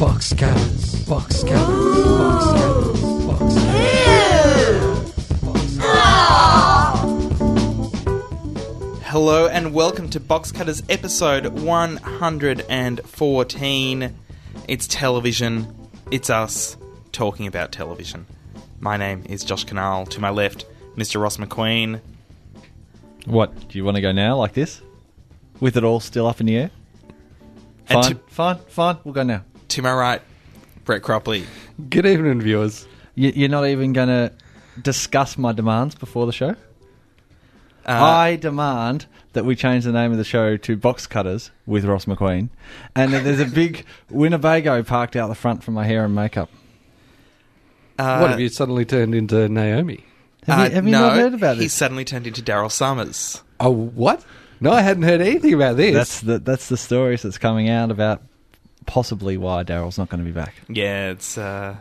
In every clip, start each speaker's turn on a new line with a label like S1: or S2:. S1: Boxcars. Boxcars. Boxcars. Boxcars.
S2: Hello and welcome to Box Cutters episode 114. It's television. It's us talking about television. My name is Josh Canal. To my left, Mr. Ross McQueen.
S3: What? Do you want to go now, like this? With it all still up in the air?
S2: And
S3: Fine,
S2: to-
S3: fine, fine. We'll go now.
S2: To my right, Brett Cropley.
S1: Good evening, viewers.
S3: You, you're not even going to discuss my demands before the show?
S2: Uh,
S3: I demand that we change the name of the show to Box Cutters with Ross McQueen and that there's a big Winnebago parked out the front for my hair and makeup.
S2: uh,
S1: what have you suddenly turned into Naomi?
S3: Have
S2: uh,
S3: you, have you
S2: no,
S3: not heard about
S2: He
S3: this?
S2: suddenly turned into Daryl Summers.
S1: Oh, what? No, I hadn't heard anything about this.
S3: That's the, that's the stories that's coming out about possibly why Daryl's not going to be back.
S2: Yeah, it's. Uh,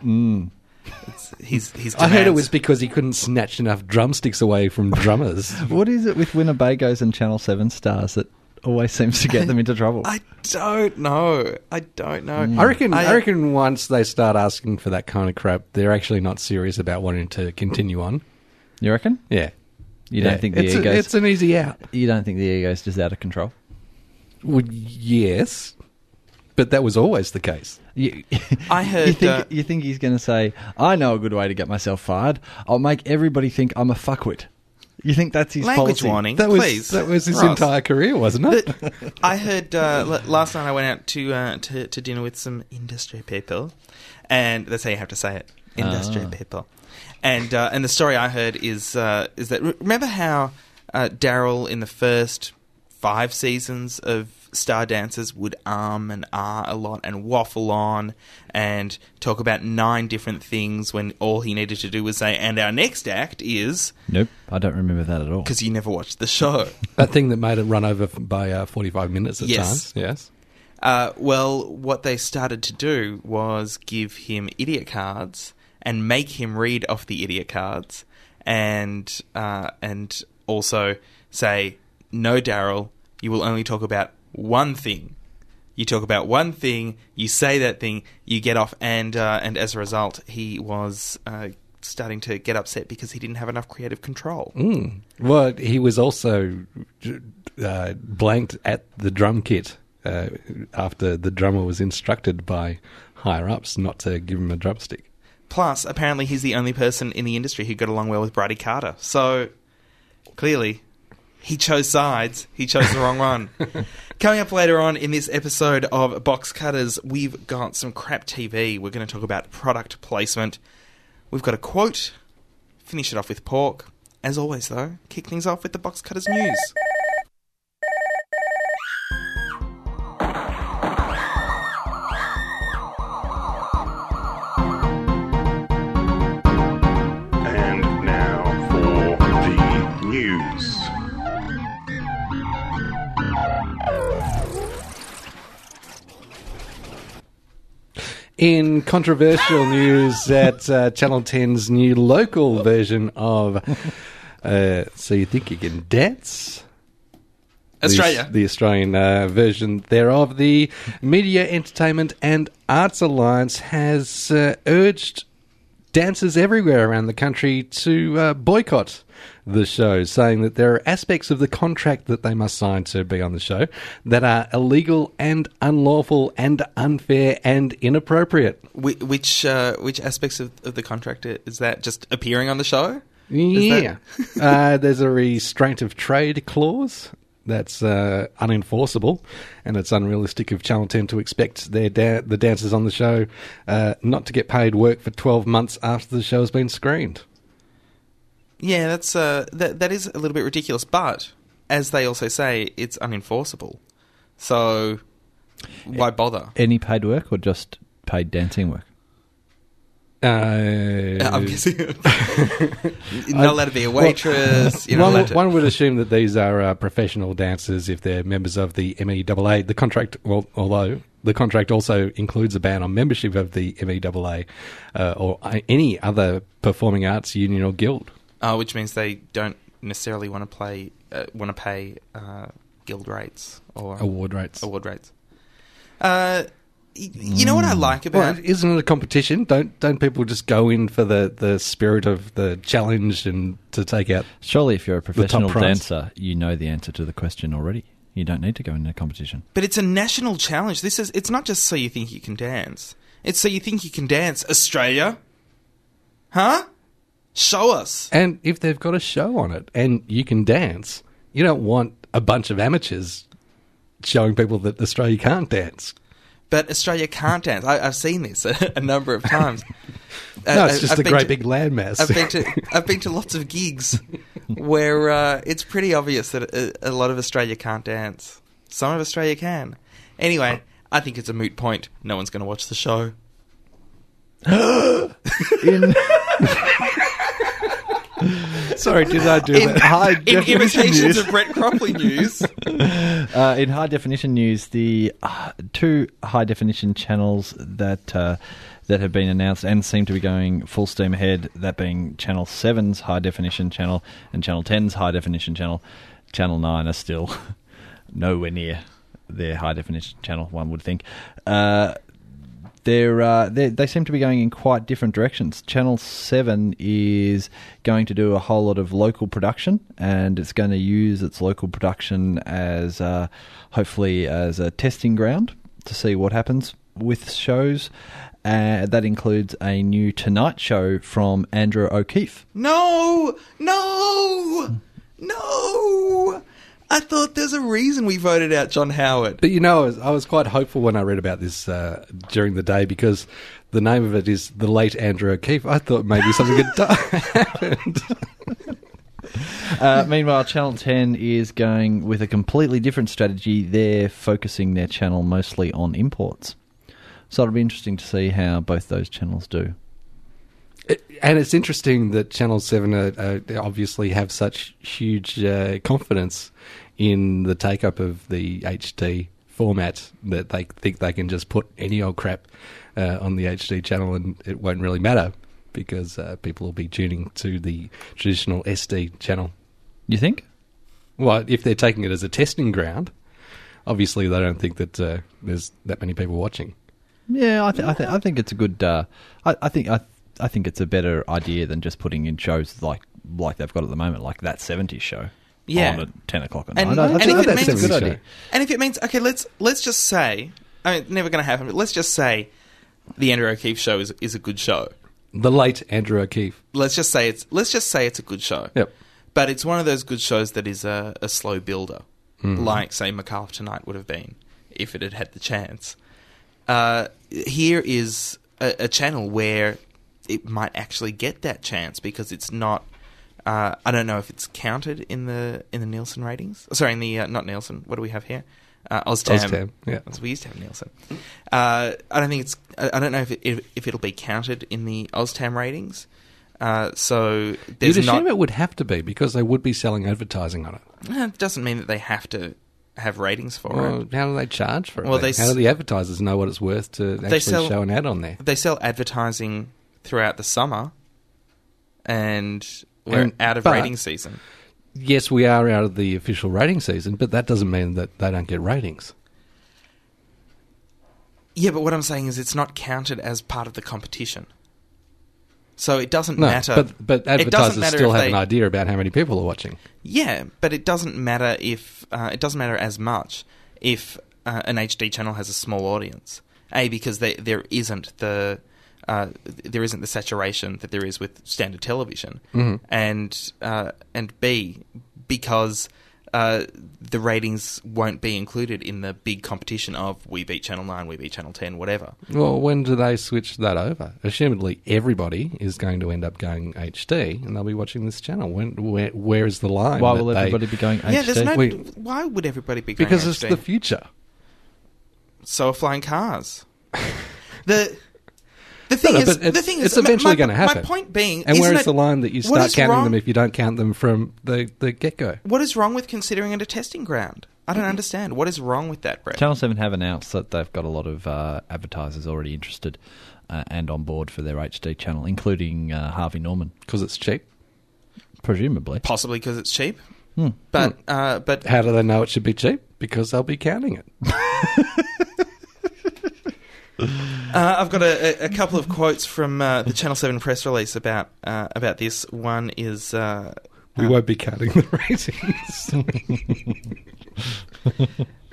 S2: it's he's, he's
S1: Mm. I heard it was because he couldn't snatch enough drumsticks away from drummers.
S3: What is it with Winnebagos and Channel 7 stars that always seems to get them into trouble?
S2: I don't know. I don't know.
S1: Mm. I reckon. I, reckon once they start asking for that kind of crap, they're actually not serious about wanting to continue on.
S3: You reckon?
S1: Yeah,
S3: You don't
S1: Yeah.
S3: think the
S1: it's a-
S3: ego's
S1: it's an easy out.
S3: you don't think the ego's just out of control?
S1: Well, yes, but that was always the case.
S3: You,
S2: I heard,
S3: you think
S2: uh,
S3: you think he's going to say, "I know a good way to get myself fired. I'll make everybody think I'm a fuckwit." You think that's his
S2: Language
S3: policy?
S2: warning,
S1: That was
S2: please.
S1: that was his
S2: Ross.
S1: entire career, wasn't it?
S2: But I heard uh, l- last night I went out to, uh, to to dinner with some industry people, and that's how you have to say it, industry
S3: Ah.
S2: people. And uh, and the story I heard is uh, is that re- remember how uh, Daryl in the first five seasons of Star Dancers would um and ah a lot and waffle on and talk about nine different things when all he needed to do was say, and our next act is
S3: Nope, I don't remember that at all.
S2: because you never watched the show.
S1: That thing that made it run over f- by uh, forty-five minutes at
S2: Yes.
S1: times. Yes.
S2: Uh, well, what they started to do was give him idiot cards and make him read off the idiot cards, and uh, and also say, "No, Daryl, you will only talk about one thing. You talk about one thing. You say that thing. You get off." And uh, and as a result, he was uh, starting to get upset because he didn't have enough creative control.
S1: Mm. Well, he was also uh, blanked at the drum kit uh, after the drummer was instructed by higher ups not to give him a drumstick.
S2: Plus, apparently, he's the only person in the industry who got along well with Brady Carter. So, clearly, he chose sides. He chose the wrong one. Coming up later on in this episode of Box Cutters, we've got some crap TV. We're going to talk about product placement. We've got a quote. Finish it off with pork. As always, though, kick things off with the Box Cutters news.
S4: And now for the news.
S1: In controversial news, at uh, Channel 10's new local version of uh, So You Think You Can Dance? The-
S2: Australia.
S1: The, Australian uh, version thereof. The Media, Entertainment and Arts Alliance has uh, urged dancers everywhere around the country to uh, boycott the show, saying that there are aspects of the contract that they must sign to be on the show that are illegal and unlawful and unfair and inappropriate.
S2: Whi- Which uh, which aspects of, of the contract i- is that? Just appearing on the show?
S1: Yeah. uh, there's a restraint of trade clause that's uh, unenforceable, and it's unrealistic of Channel 10 to expect their da- the dancers on the show uh, not to get paid work for 12 months after the show has been screened.
S2: Yeah, that's uh, that that is a little bit ridiculous, but as they also say, it's unenforceable. So why bother?
S3: Any paid work or just paid dancing work?
S1: Uh,
S2: I'm guessing not allowed to be a waitress. you know,
S1: one,
S2: allowed to-
S1: one would assume that these are uh, professional dancers if they're members of the MEAA. The contract, well, although the contract also includes a ban on membership of the MEAA uh, or uh, any other performing arts union or guild.
S2: uh, which means they don't necessarily want to play, uh, want to pay uh, guild rates or
S1: Award rates.
S2: award rates. Uh, y- you know what I like
S1: Hmm. Well,
S2: about
S1: isn't it a competition? Don't don't people just go in for the, the spirit of the challenge and to take out?
S5: Surely, if you're a professional
S1: prize.
S5: dancer, you know the answer to the question already. You don't need to go into a competition.
S2: But it's a national challenge. This is it's not just so you think you can dance. It's so you think you can dance, Australia. Huh? Show us.
S1: And if they've got a show on it and you can dance, you don't want a bunch of amateurs showing people that Australia can't dance.
S2: But Australia can't dance. I, I've seen this a, a number of times.
S1: No,
S2: Uh,
S1: it's
S2: I-
S1: just
S2: I've
S1: a
S2: been
S1: great
S2: to-
S1: big landmass.
S2: I've been to I've been to lots of gigs where uh, it's pretty obvious that a, a lot of Australia can't dance. Some of Australia can. Anyway, I think it's a moot point. No one's going to watch the show.
S3: In,
S1: Sorry, did I do
S2: In,
S1: that?
S3: high
S2: in
S3: definition
S2: imitations
S3: news.
S2: of Brett Cropley news.
S3: uh, in high definition news, the uh, two high definition channels that uh, that have been announced and seem to be going full steam ahead, that being Channel 7's high definition channel and Channel 10's high definition channel, Channel 9 are still nowhere near their high definition channel, one would think. Uh, they're, uh, they they seem to be going in quite different directions. Channel 7 is going to do a whole lot of local production and it's going to use its local production as uh, hopefully as a testing ground to see what happens with shows. Uh, that includes a new Tonight Show from Andrew O'Keefe.
S2: No, no, no. I thought there's a reason we voted out John Howard.
S1: But you know, I was, I was quite hopeful when I read about this uh, during the day because the name of it is the late Andrew O'Keefe. I thought maybe something had done.
S3: Uh, meanwhile, Channel 10 is going with a completely different strategy. They're focusing their channel mostly on imports. So it'll be interesting to see how both those channels do.
S1: and it's interesting that Channel Seven are, are, they obviously have such huge uh, confidence in the take up of the HD format that they think they can just put any old crap uh, on the HD channel and it won't really matter because uh, people will be tuning to the traditional SD channel.
S3: You think?
S1: Well, if they're taking it as a testing ground, obviously they don't think that uh, there's that many people watching.
S3: Yeah, I, th- I, th- I think it's a good. Uh, I, I think I, I think it's a better idea than just putting in shows like like they've got at the moment, like that '70s show.
S2: Yeah.
S3: on at ten o'clock at
S2: And-
S3: night. I- I
S2: and
S3: think
S2: if it
S3: that's
S2: means-
S3: a good idea.
S2: And if it means okay, let's let's just say I mean, it's never going to happen. But let's just say the Andrew O'Keefe show is is a good show.
S1: The late Andrew O'Keefe.
S2: Let's just say it's let's just say it's a good show.
S1: Yep.
S2: But it's one of those good shows that is a, a slow builder,
S1: Hmm.
S2: like say MacArthur Tonight would have been if it had had the chance. Uh, here is a, a channel where it might actually get that chance because it's not. Uh, I don't know if it's counted in the in the Nielsen ratings. Sorry, in the uh, not Nielsen. What do we have here? Uh, Oztam.
S1: Oztam, yeah.
S2: That's- We used to have Nielsen. Uh, I don't think it's. I I don't know if it, if, if it'll be counted in the Oztam ratings. Uh, so there's
S1: You'd assume
S2: not.
S1: it would have to be because they would be selling advertising on it.
S2: Eh, It doesn't mean that they have to have ratings for
S1: Well,
S2: it.
S1: how do they charge for it?
S2: Well,
S1: then?
S2: they
S1: how
S2: s-
S1: do the advertisers know what it's worth to actually
S2: sell-
S1: show an ad on there?
S2: They sell advertising throughout the summer, and we're
S1: And-
S2: out of
S1: but-
S2: rating season.
S1: Yes, we are out of the official rating season, but that doesn't mean that they don't get ratings.
S2: Yeah, but what I'm saying is it's not counted as part of the competition. So it doesn't
S1: No,
S2: matter.
S1: but but
S2: It doesn't
S1: advertisers
S2: matter
S1: still
S2: if
S1: have
S2: they-
S1: an idea about how many people are watching.
S2: Yeah, but it doesn't matter if uh, it doesn't matter as much if uh, an HD channel has a small audience. A because they, there isn't the uh, there isn't the saturation that there is with standard television,
S1: Mm-hmm.
S2: and uh, and B because uh, the ratings won't be included in the big competition of we beat Channel Nine, we beat Channel Ten, whatever.
S1: Well, when do they switch that over? Assumedly, everybody is going to end up going HD, and they'll be watching this channel. When, where, where is the line?
S3: Why
S1: that
S3: will
S1: they-
S3: everybody be going?
S2: Yeah, there's
S3: HD?
S2: no.
S1: Wait.
S2: Why would everybody be going
S1: Because it's
S2: HD?
S1: the future.
S2: so are flying cars. the the thing
S1: No, no,
S2: is,
S1: but it-
S2: the thing is,
S1: it's eventually
S2: my-
S1: gonna happen.
S2: My point being,
S1: And
S2: isn't
S1: where is
S2: it-
S1: the line that you
S2: what
S1: start
S2: is
S1: counting
S2: wrong-
S1: them if you don't count them from the, the get go?
S2: What is wrong with considering it a testing ground? I don't understand. What is wrong with that, Brett?
S3: Channel Seven have announced that they've got a lot of uh, advertisers already interested uh, and on board for their HD channel, including uh, Harvey Norman,
S1: Because it's cheap.
S3: presumably.
S2: Possibly because it's cheap,
S1: Hmm.
S2: but uh, but
S1: How do they know it should be cheap? Because they'll be counting it.
S2: Uh, I've got a, a a couple of quotes from uh, the Channel Seven press release about uh, about this. One is uh,
S1: We
S2: uh,
S1: won't be counting the ratings.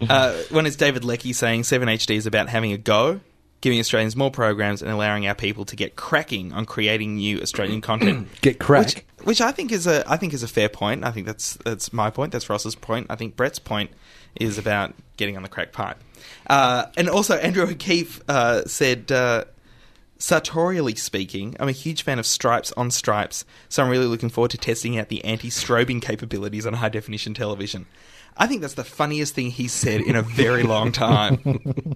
S2: uh, one is David Leckie saying Seven HD is about having a go, giving Australians more programs and allowing our people to get cracking on creating new Australian content.
S1: Get
S2: Which,
S1: crack.
S2: which I think is a I think is a fair point. I think that's that's my point. That's Ross's point. I think Brett's point is about getting on the crack pipe. Uh, and also, Andrew O'Keefe uh, said, uh, sartorially speaking, I'm a huge fan of stripes on stripes, so I'm really looking forward to testing out the anti-strobing capabilities on high definition television. I think that's the funniest thing he's said in a very long time.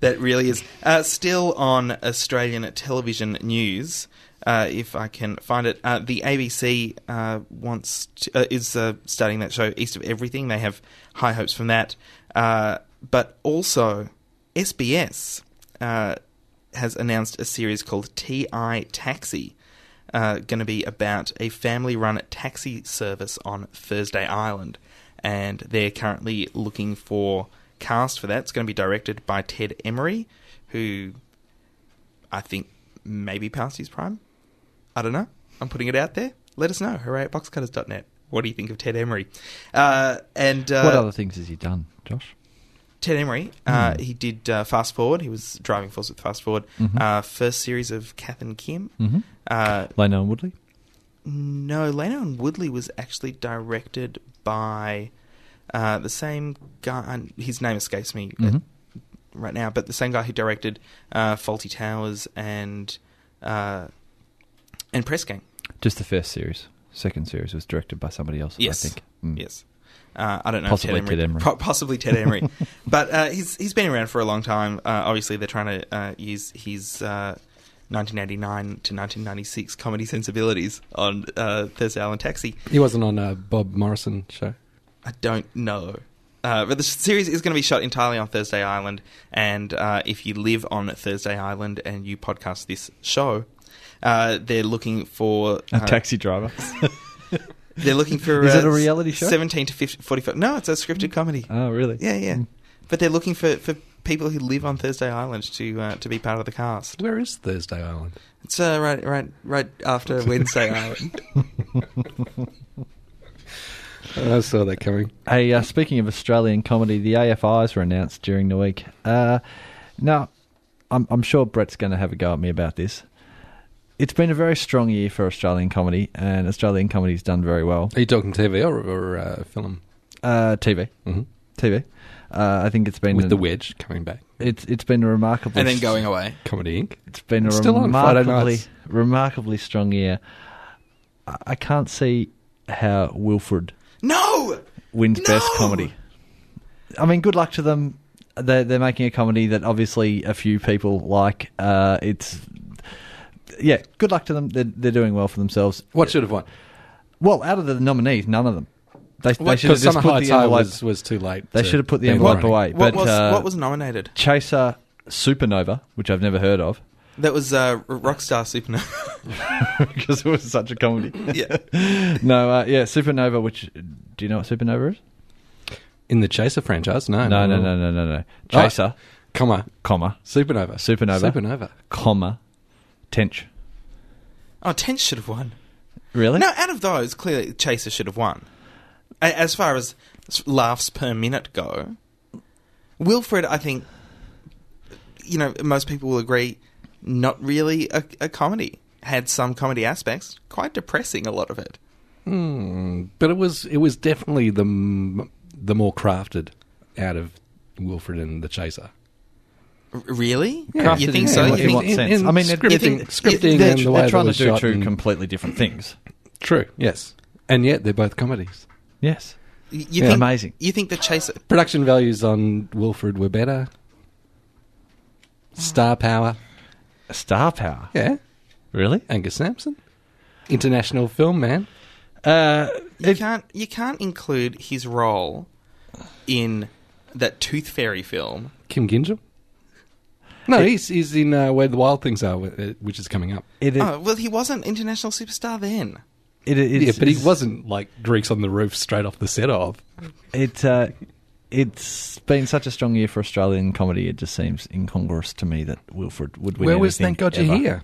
S2: That really is. Uh, still on Australian television news, uh, if I can find it, uh, the ABC uh, wants to, uh, is uh, starting that show East of Everything. They have high hopes from that, uh, but also SBS uh, has announced a series called TI Taxi. Uh, going to be about a family run taxi service on Thursday Island. And they're currently looking for cast for that. It's going to be directed by Ted Emery, who I think maybe past his prime. I don't know. I'm putting it out there. Let us know. Hooray at boxcutters.net. What do you think of Ted Emery? Uh, and uh,
S5: what other things has he done, Josh?
S2: Ted Emery, uh, he did uh, Fast Forward. He was driving force with Fast Forward.
S5: Mhm.
S2: Uh, first series of Kath and Kim.
S3: Mm-hmm.
S5: Mhm.
S2: Uh,
S5: Leno and Woodley?
S2: No, Lena and Woodley was actually directed by uh, the same guy. and His name escapes me uh,
S5: Mhm.
S2: right now, but the same guy who directed uh, Faulty Towers and uh, and Press Gang.
S5: Just the first series. Second series was directed by somebody else,
S2: Yes.
S5: I think. Mm.
S2: Yes. Uh, I don't know. if
S5: Possibly Ted Emery.
S2: Po- possibly Ted Emery. but uh, he's he's been around for a long time. Uh, obviously, they're trying to uh, use his uh, 1989 to 1996 comedy sensibilities on uh, Thursday Island Taxi.
S1: He wasn't on a Bob Morrison show.
S2: I don't know. Uh, but the series is going to be shot entirely on Thursday Island, and uh, if you live on Thursday Island and you podcast this show, uh, they're looking for
S3: A
S2: uh,
S3: taxi driver.
S2: They're looking for
S3: Is
S2: uh,
S3: it a reality show?
S2: Seventeen to 50, forty-five. No, it's a scripted comedy.
S3: Oh, really?
S2: yeah, yeah. But they're looking for, for people who live on Thursday Island to uh, to be part of the cast.
S1: Where is Thursday Island?
S2: It's uh, right, right, right after Wednesday Island.
S1: I saw that coming.
S3: Hey, uh, speaking of Australian comedy, the AFIs were announced during the week. Uh, now, I'm, I'm sure Brett's going to have a go at me about this. It's been a very strong year for Australian comedy, and Australian comedy's done very well.
S1: Are you talking TV or, or uh, film?
S3: Uh, TV,
S1: Mm-hmm.
S3: TV. Uh, I think it's been
S1: With
S3: an-
S1: the wedge coming back.
S3: It's it's been a remarkable
S2: and then going away.
S1: Comedy Inc.
S3: It's been a
S1: It's still on Friday
S3: remarkably
S1: nights.
S3: remarkably strong year. I, I can't see how Wilfred
S2: No,
S3: wins
S2: No!
S3: best comedy. I mean, good luck to them. They're, they're making a comedy that obviously a few people like. Uh, it's yeah, good luck to them. They're, they're doing well for themselves.
S1: What should have won?
S3: Well, out of the nominees, none of them. They, they should have
S1: Because
S3: just
S1: Summer High
S3: put the
S1: Tide
S3: envelope.
S1: was, was too late.
S3: they
S1: to
S3: should have put the
S1: be
S3: envelope
S1: running.
S3: away.
S2: what
S3: but
S2: was
S3: uh,
S2: what was nominated?
S3: Chaser Supernova, which I've never heard of
S2: That was uh, Rockstar Supernova.
S3: because it was such a comedy.
S2: yeah.
S3: no, uh, yeah, Supernova. Which do you know what Supernova is?
S1: In the Chaser franchise? No.
S3: No, no, no, no, no, no. Chaser,
S1: Comma.
S3: comma,
S1: Supernova.
S3: Supernova.
S1: Supernova.
S3: comma, Tench.
S2: Oh, Tench should have won.
S3: Really?
S2: No, out of those, clearly Chaser should have won. A- As far as s- laughs per minute go, Wilfred, I think, you know, most people will agree, not really a, a comedy. Had some comedy aspects, quite depressing, a lot of it.
S1: Mm, but it was it was definitely the m- the more crafted out of Wilfred and the Chaser.
S2: R- really?
S1: Yeah.
S2: You think
S1: Crafted
S2: so?
S1: in
S2: You
S1: what-
S3: in
S2: think-
S3: what sense?
S1: in
S3: I mean,
S1: scripting,
S2: you think-
S1: scripting
S3: they're,
S1: and the way
S3: they're
S1: that
S3: trying
S1: was
S3: to do
S1: shot
S3: two
S1: and-
S3: completely different things.
S1: True. Yes, and yet they're both comedies.
S3: Yes.
S2: you you
S3: Yeah.
S2: think
S3: Amazing.
S2: You think the Chaser?
S1: Production values on Wilfred were better. Star power.
S3: Star power.
S1: Yeah,
S3: Really?
S1: Angus Sampson, international film man.
S3: Uh,
S2: You
S3: it-
S2: can't. You can't include his role in that Tooth Fairy film.
S1: Kim Gingham. No, he's he's in uh, Where the Wild Things Are, wh- uh, which is coming up.
S3: it- it-
S2: oh well, he wasn't international superstar then.
S3: it- it's-
S1: yeah, but he
S3: it's-
S1: wasn't like Greeks on the Roof straight off the set of.
S3: It, uh, it's been such a strong year for Australian comedy. It just seems incongruous to me that Wilfred would win.
S1: Where was
S3: anything
S1: Thank God
S3: ever.
S1: You're Here?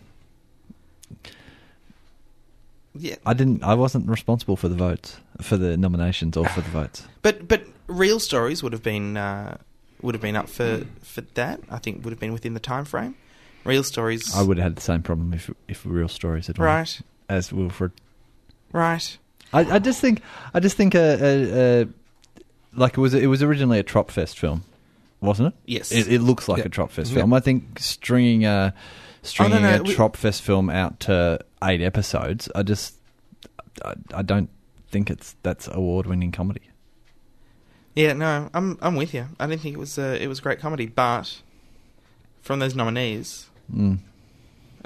S2: Yeah,
S3: I didn't. I wasn't responsible for the votes, for the nominations, or for the votes.
S2: but but real stories would have been uh, would have been up for for that. I think would have been within the time frame. Real stories,
S3: I would have had the same problem if if real stories had won
S2: right,
S3: as Wilfred.
S2: right.
S3: I, I just think I just think a, a, a like it was it was originally a Trop Fest film, wasn't it?
S2: Yes. Mm-hmm. Oh,
S3: It, it looks like
S1: Yeah.
S3: a Trop Fest
S1: Yeah.
S3: film. I think stringing a stringing
S2: no,
S3: a
S2: we-
S3: Trop Fest film out to eight episodes. I just I, I don't think it's that's award winning comedy.
S2: Yeah, no, I'm I'm with you. I didn't think it was uh, it was great comedy, but from those nominees,
S3: Mm.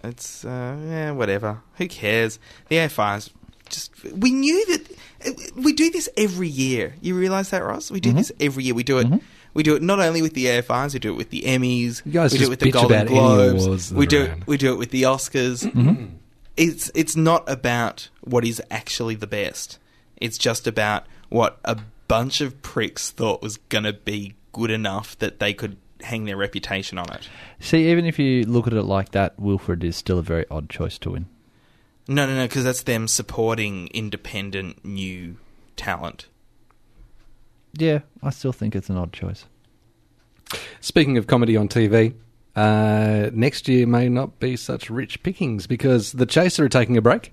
S2: it's uh, yeah, whatever. Who cares? The AFI's just we knew that uh, we do this every year. You realise that, Ross? We do
S1: Mm-hmm.
S2: this every year. We do it. We do it not only with the AFI's, we do it with the Emmys.
S1: You guys
S2: we do
S1: just
S2: it with the
S1: bitch
S2: Golden
S1: about any awards
S2: Globes.
S1: that
S2: We
S1: are
S2: do
S1: around. Mm-hmm.
S2: it. We do it with the Oscars. It's it's not about what is actually the best. It's just about what a bunch of pricks thought was gonna be good enough that they could hang their reputation on it.
S3: See, even if you look at it like that, Wilfred is still a very odd choice to win.
S2: No, no, no, because that's them supporting independent new talent.
S3: Yeah, I still think it's an odd choice.
S1: Speaking of comedy on TV, uh, next year may not be such rich pickings because The Chaser are taking a break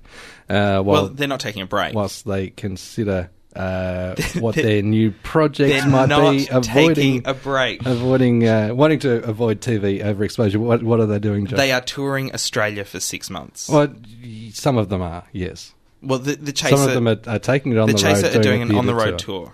S1: uh,
S2: Well,
S1: while,
S2: they're not taking a break.
S1: whilst they consider uh, what
S2: They're-
S1: their new projects
S2: they're
S1: might
S2: not
S1: be,
S2: taking
S1: avoiding,
S2: a break.
S1: avoiding uh, wanting to avoid TV overexposure. What, what are they doing, Joe?
S2: They are touring Australia for six months. Well,
S1: well, y- some of them are, yes.
S2: the, the Chaser,
S1: some of them are, are taking it on
S2: the
S1: the,
S2: Chaser
S1: road.
S2: are doing an
S1: a
S2: on the
S1: theatre
S2: road tour.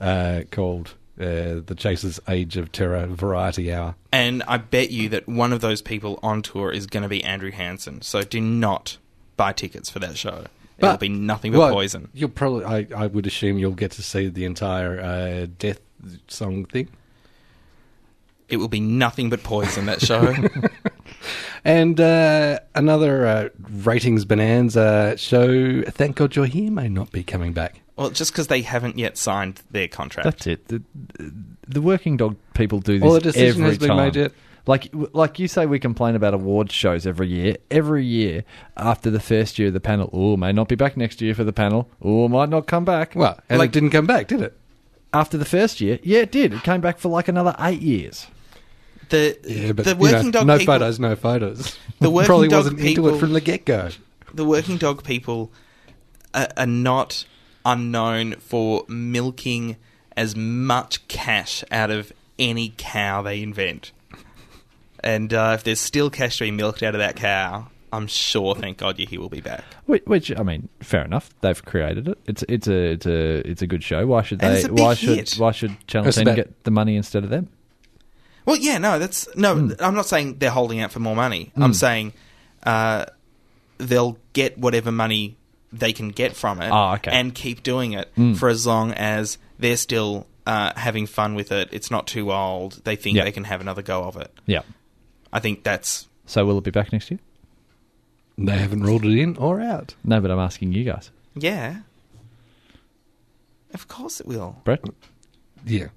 S1: uh, called uh, The Chaser's Age of Terror Variety Hour.
S2: And I bet you that one of those people on tour is going to be Andrew Hansen. So do not buy tickets for that show. It'll be nothing but
S1: well,
S2: poison.
S1: You'll probably, I, I would assume, you'll get to see the entire uh, death song thing.
S2: It will be nothing but poison, that show.
S1: And uh, another uh, ratings bonanza show, Thank God You're Here, may not be coming back.
S2: well, just because they haven't yet signed their contract.
S3: That's it. The, the working dog people do this
S1: Well, the decision
S3: every
S1: has been
S3: time.
S1: made yet.
S3: Like, like you say, we complain about awards shows every year. Every year, after the first year of the panel, oh, may not be back next year for the panel. Oh, might not come back.
S1: Well, and
S3: like
S1: it didn't come back, did it?
S3: after the first year, yeah, it did. It came back for like another eight years.
S2: The,
S1: Yeah, but
S2: the
S1: you know,
S2: working dog
S1: no
S2: people,
S1: photos, no photos.
S2: The working
S1: probably
S2: dog
S1: wasn't into
S2: people-
S1: it from the get go.
S2: the working dog people are, are not unknown for milking as much cash out of any cow they invent. And uh, if there's still cash to be milked out of that cow, I'm sure, thank God, Yehi will be back.
S3: Which, which I mean, fair enough. They've created it. It's it's a it's a it's a good show. Why should
S2: And
S3: they?
S2: it's a big
S3: Why
S2: hit.
S3: should why should Channel
S1: It's
S3: Ten
S1: about-
S3: get the money instead of them?
S2: Well, yeah, no, that's no.
S3: Hmm.
S2: I'm not saying they're holding out for more money. I'm saying uh, they'll get whatever money they can get from it,
S3: Ah, okay. Hmm.
S2: and keep doing it for as long as they're still uh, having fun with it. It's not too old. They think
S3: Yeah.
S2: they can have another go of it.
S3: Yeah.
S2: I think that's
S3: So will it be back next year?
S1: They haven't ruled it in or out.
S3: No, but I'm asking you guys,
S2: yeah. Of course it will.
S3: Brett.
S1: Yeah.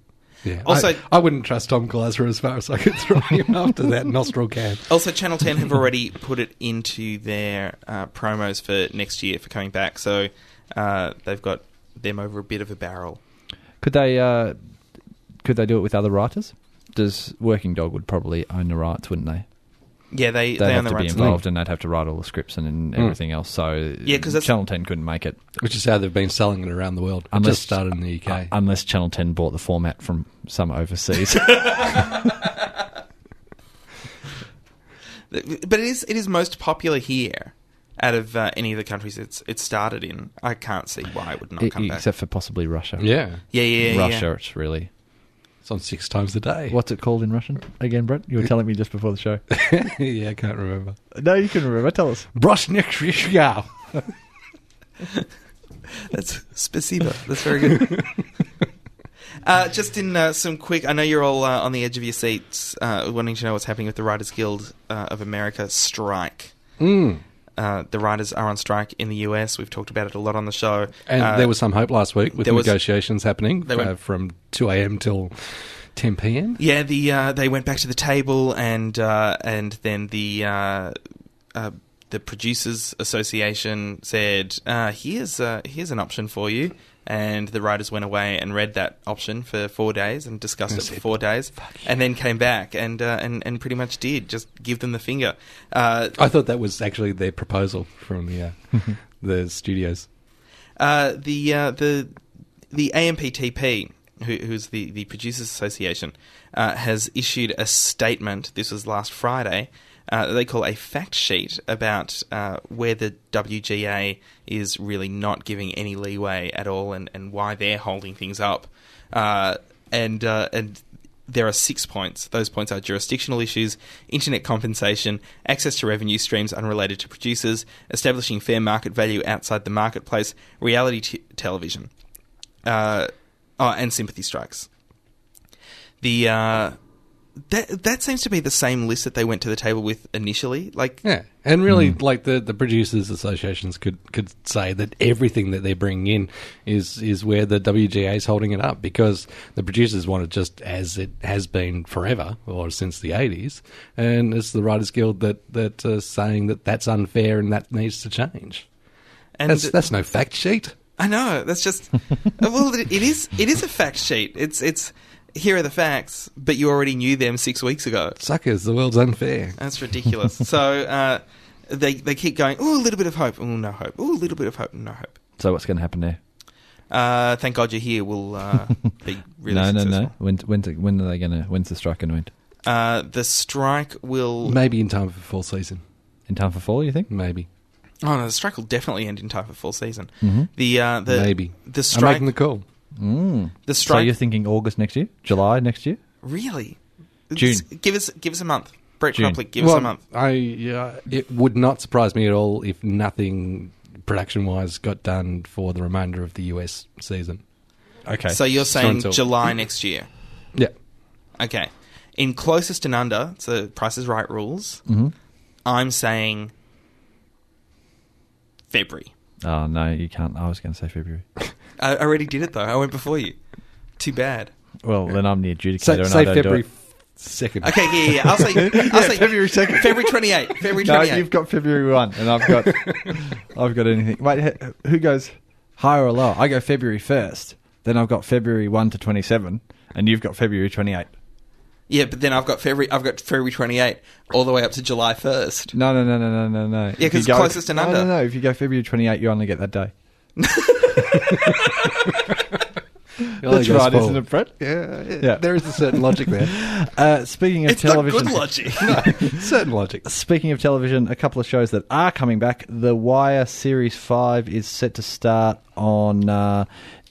S1: Yeah.
S2: Also-
S1: I, I wouldn't trust Tom Gleiser as far as I could throw him after that nostril can.
S2: Also, Channel 10 have already put it into their uh, promos for next year for coming back, so uh, they've got them over a bit of a barrel.
S3: Could they? Uh, could they do it with other writers? Does Working Dog would probably own the rights, wouldn't they?
S2: Yeah, they,
S3: They'd
S2: they own
S3: have
S2: the
S3: to be
S2: rights.
S3: involved, and they'd have to write all the scripts and, and everything else. So
S2: Yeah, 'cause that's-
S3: Channel Ten couldn't make it uh,
S1: Which is how they've been selling it around the world. It
S3: Unless-
S1: just started in the UK.
S3: uh, unless Channel Ten bought the format from some overseas.
S2: But it is it is most popular here out of uh, any of the countries it's it started in. I can't see why it would not
S3: E-
S2: come back.
S3: except for possibly Russia.
S1: yeah.
S2: Yeah, yeah, yeah.
S3: Russia, it's really.
S1: It's on six times a day.
S3: What's it called in Russian again, Brett? You were telling me just before the show.
S1: yeah, I can't remember.
S3: no, you can remember. Tell us.
S1: Broshnikrishka.
S2: That's spasiba. That's very good. Uh, just in uh, some quick, I know you're all uh, on the edge of your seats, uh, wanting to know what's happening with the Writers Guild uh, of America strike.
S1: Mm.
S2: uh, the writers are on strike in the US. We've talked about it a lot on the show.
S1: And
S2: Uh,
S1: there was some hope last week with
S2: there was-
S1: negotiations happening
S2: They went-
S1: uh, from 2 a.m. till 10 p.m.
S2: Yeah, the uh, they went back to the table, and uh, and then the uh, uh, the producers association said, uh, "Here's uh, here's an option for you." And the writers went away and read that option for four days and discussed it
S1: That's
S2: for
S1: it.
S2: four days, and then came back and uh, and and pretty much did just give them the finger. Uh,
S1: I thought that was actually their proposal from the uh,
S2: Mm-hmm.
S1: the studios.
S2: Uh, the uh, the the AMPTP, who, who's the the producers association, uh, has issued a statement. This was last Friday. Uh, that they call a fact sheet about uh, where the WGA is really not giving any leeway at all, and, and why they're holding things up. Uh, and uh, and there are six points. Those points are jurisdictional issues, internet compensation, access to revenue streams unrelated to producers, establishing fair market value outside the marketplace, reality t- television, uh, oh, and sympathy strikes. The uh, that that seems to be the same list that they went to the table with initially. Like,
S1: Yeah, and really,
S2: Mm.
S1: like the, the producers' associations could, could say that everything that they're bringing in is is where the WGA is holding it up because the producers want it just as it has been forever or since the eighties, and it's the Writers Guild that that uh, saying that that's unfair and that needs to change.
S2: and
S1: That's that's no fact sheet.
S2: I know. That's just well, it it is. It is a fact sheet. It's it's here are the facts, but you already knew them six weeks ago.
S1: Suckers, the world's unfair.
S2: That's ridiculous. so uh, they they keep going. Oh, a little bit of hope. Oh, no hope. Oh, a little bit of hope. No hope.
S3: So what's going to happen there?
S2: Uh, thank God you're here. We'll uh, be really
S3: no,
S2: successful.
S3: no, no. When, when's it- when are they going to? When's the strike going to end?
S2: no. Uh, the strike will.
S1: Maybe in time for full season.
S3: In time for fall, you think?
S1: Maybe.
S2: Oh no, the strike will definitely end in time for full season.
S3: Mhm.
S2: The uh, the
S1: Maybe.
S2: the
S1: I'm
S2: strike
S1: making the call.
S3: Mm.
S2: the
S3: So
S2: strike
S3: you're thinking August next year, July next year?
S2: really
S3: June.
S2: Just Give us give us a month. Brett
S3: June.
S2: Crumpler, give us a month.
S1: I yeah, it would not surprise me at all if nothing production wise got done for the remainder of the US season.
S3: Okay.
S2: So you're
S1: So
S2: saying
S1: until-
S2: July next year?
S1: Yeah.
S2: Okay. In closest and under, so Price is Right rules.
S3: Mhm.
S2: I'm saying February.
S3: Oh no, you can't. I was going to say February.
S2: I I already did it though. I went before you. Too bad.
S3: Well, then I'm the adjudicator.
S1: Say,
S3: and
S1: say
S3: I don't
S1: February
S3: Do it.
S1: f- second.
S2: Okay, yeah, yeah. yeah. I'll say, I'll say February second, February twenty eighth, February
S3: No,
S2: twenty
S3: you've
S2: eighth.
S3: got February one, and I've got, I've got anything. Wait, he- who goes higher or lower? I go February first. Then I've got February one to twenty seven, and you've got February twenty eight.
S2: yeah, but then I've got February. I've got February twenty eighth all the way up to July first.
S3: No, no, no, no, no, no, no. If
S2: 'cause
S3: you
S2: it's
S3: go-
S2: closest and
S3: No,
S2: under.
S3: No, no. If you go February twenty eight, you only get that day. That's right, isn't it, Brett?
S1: Yeah,
S3: Yeah.
S1: There is a certain logic there.
S3: Uh, speaking of
S2: It's not
S3: television,
S2: good logic.
S1: certain logic.
S3: Speaking of television, a couple of shows that are coming back. The Wire Series 5 is set to start on uh,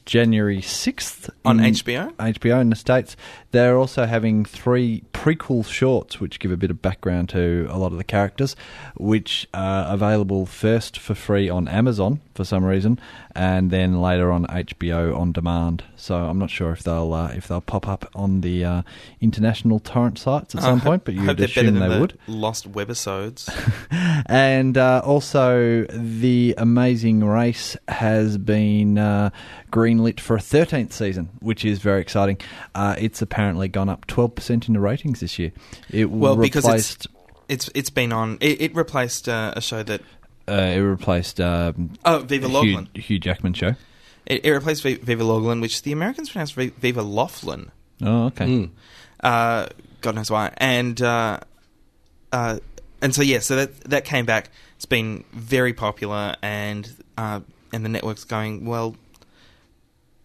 S3: January 6th.
S2: On
S3: in-
S2: HBO?
S3: HBO in the States. They're also having three prequel shorts, which give a bit of background to a lot of the characters, which are available first for free on Amazon for some reason, and then later on HBO on demand. So I'm not sure if they'll uh, if they'll pop up on the uh, international torrent sites at some point, but
S2: I hope
S3: you'd
S2: they're better
S3: assume
S2: than
S3: they
S2: the
S3: would
S2: Lost webisodes.
S3: and uh, also the amazing race has been uh, greenlit for a 13th season which is very exciting uh, it's apparently gone up 12% in the ratings this year it
S2: Well, because it's-
S3: replaced
S2: It's it's been on. It, it replaced uh, a show that
S3: uh, it replaced um,
S2: oh Viva
S3: Hugh,
S2: Loughlin.
S3: Hugh Jackman show
S2: It, it replaced Vi- Viva Loughlin, which the Americans pronounce Vi- Viva Laughlin.
S3: oh okay
S2: Hmm.
S1: Mm.
S2: uh, God knows why, and uh, uh, and so yeah, so that that came back. It's been very popular, and uh, and the network's going well.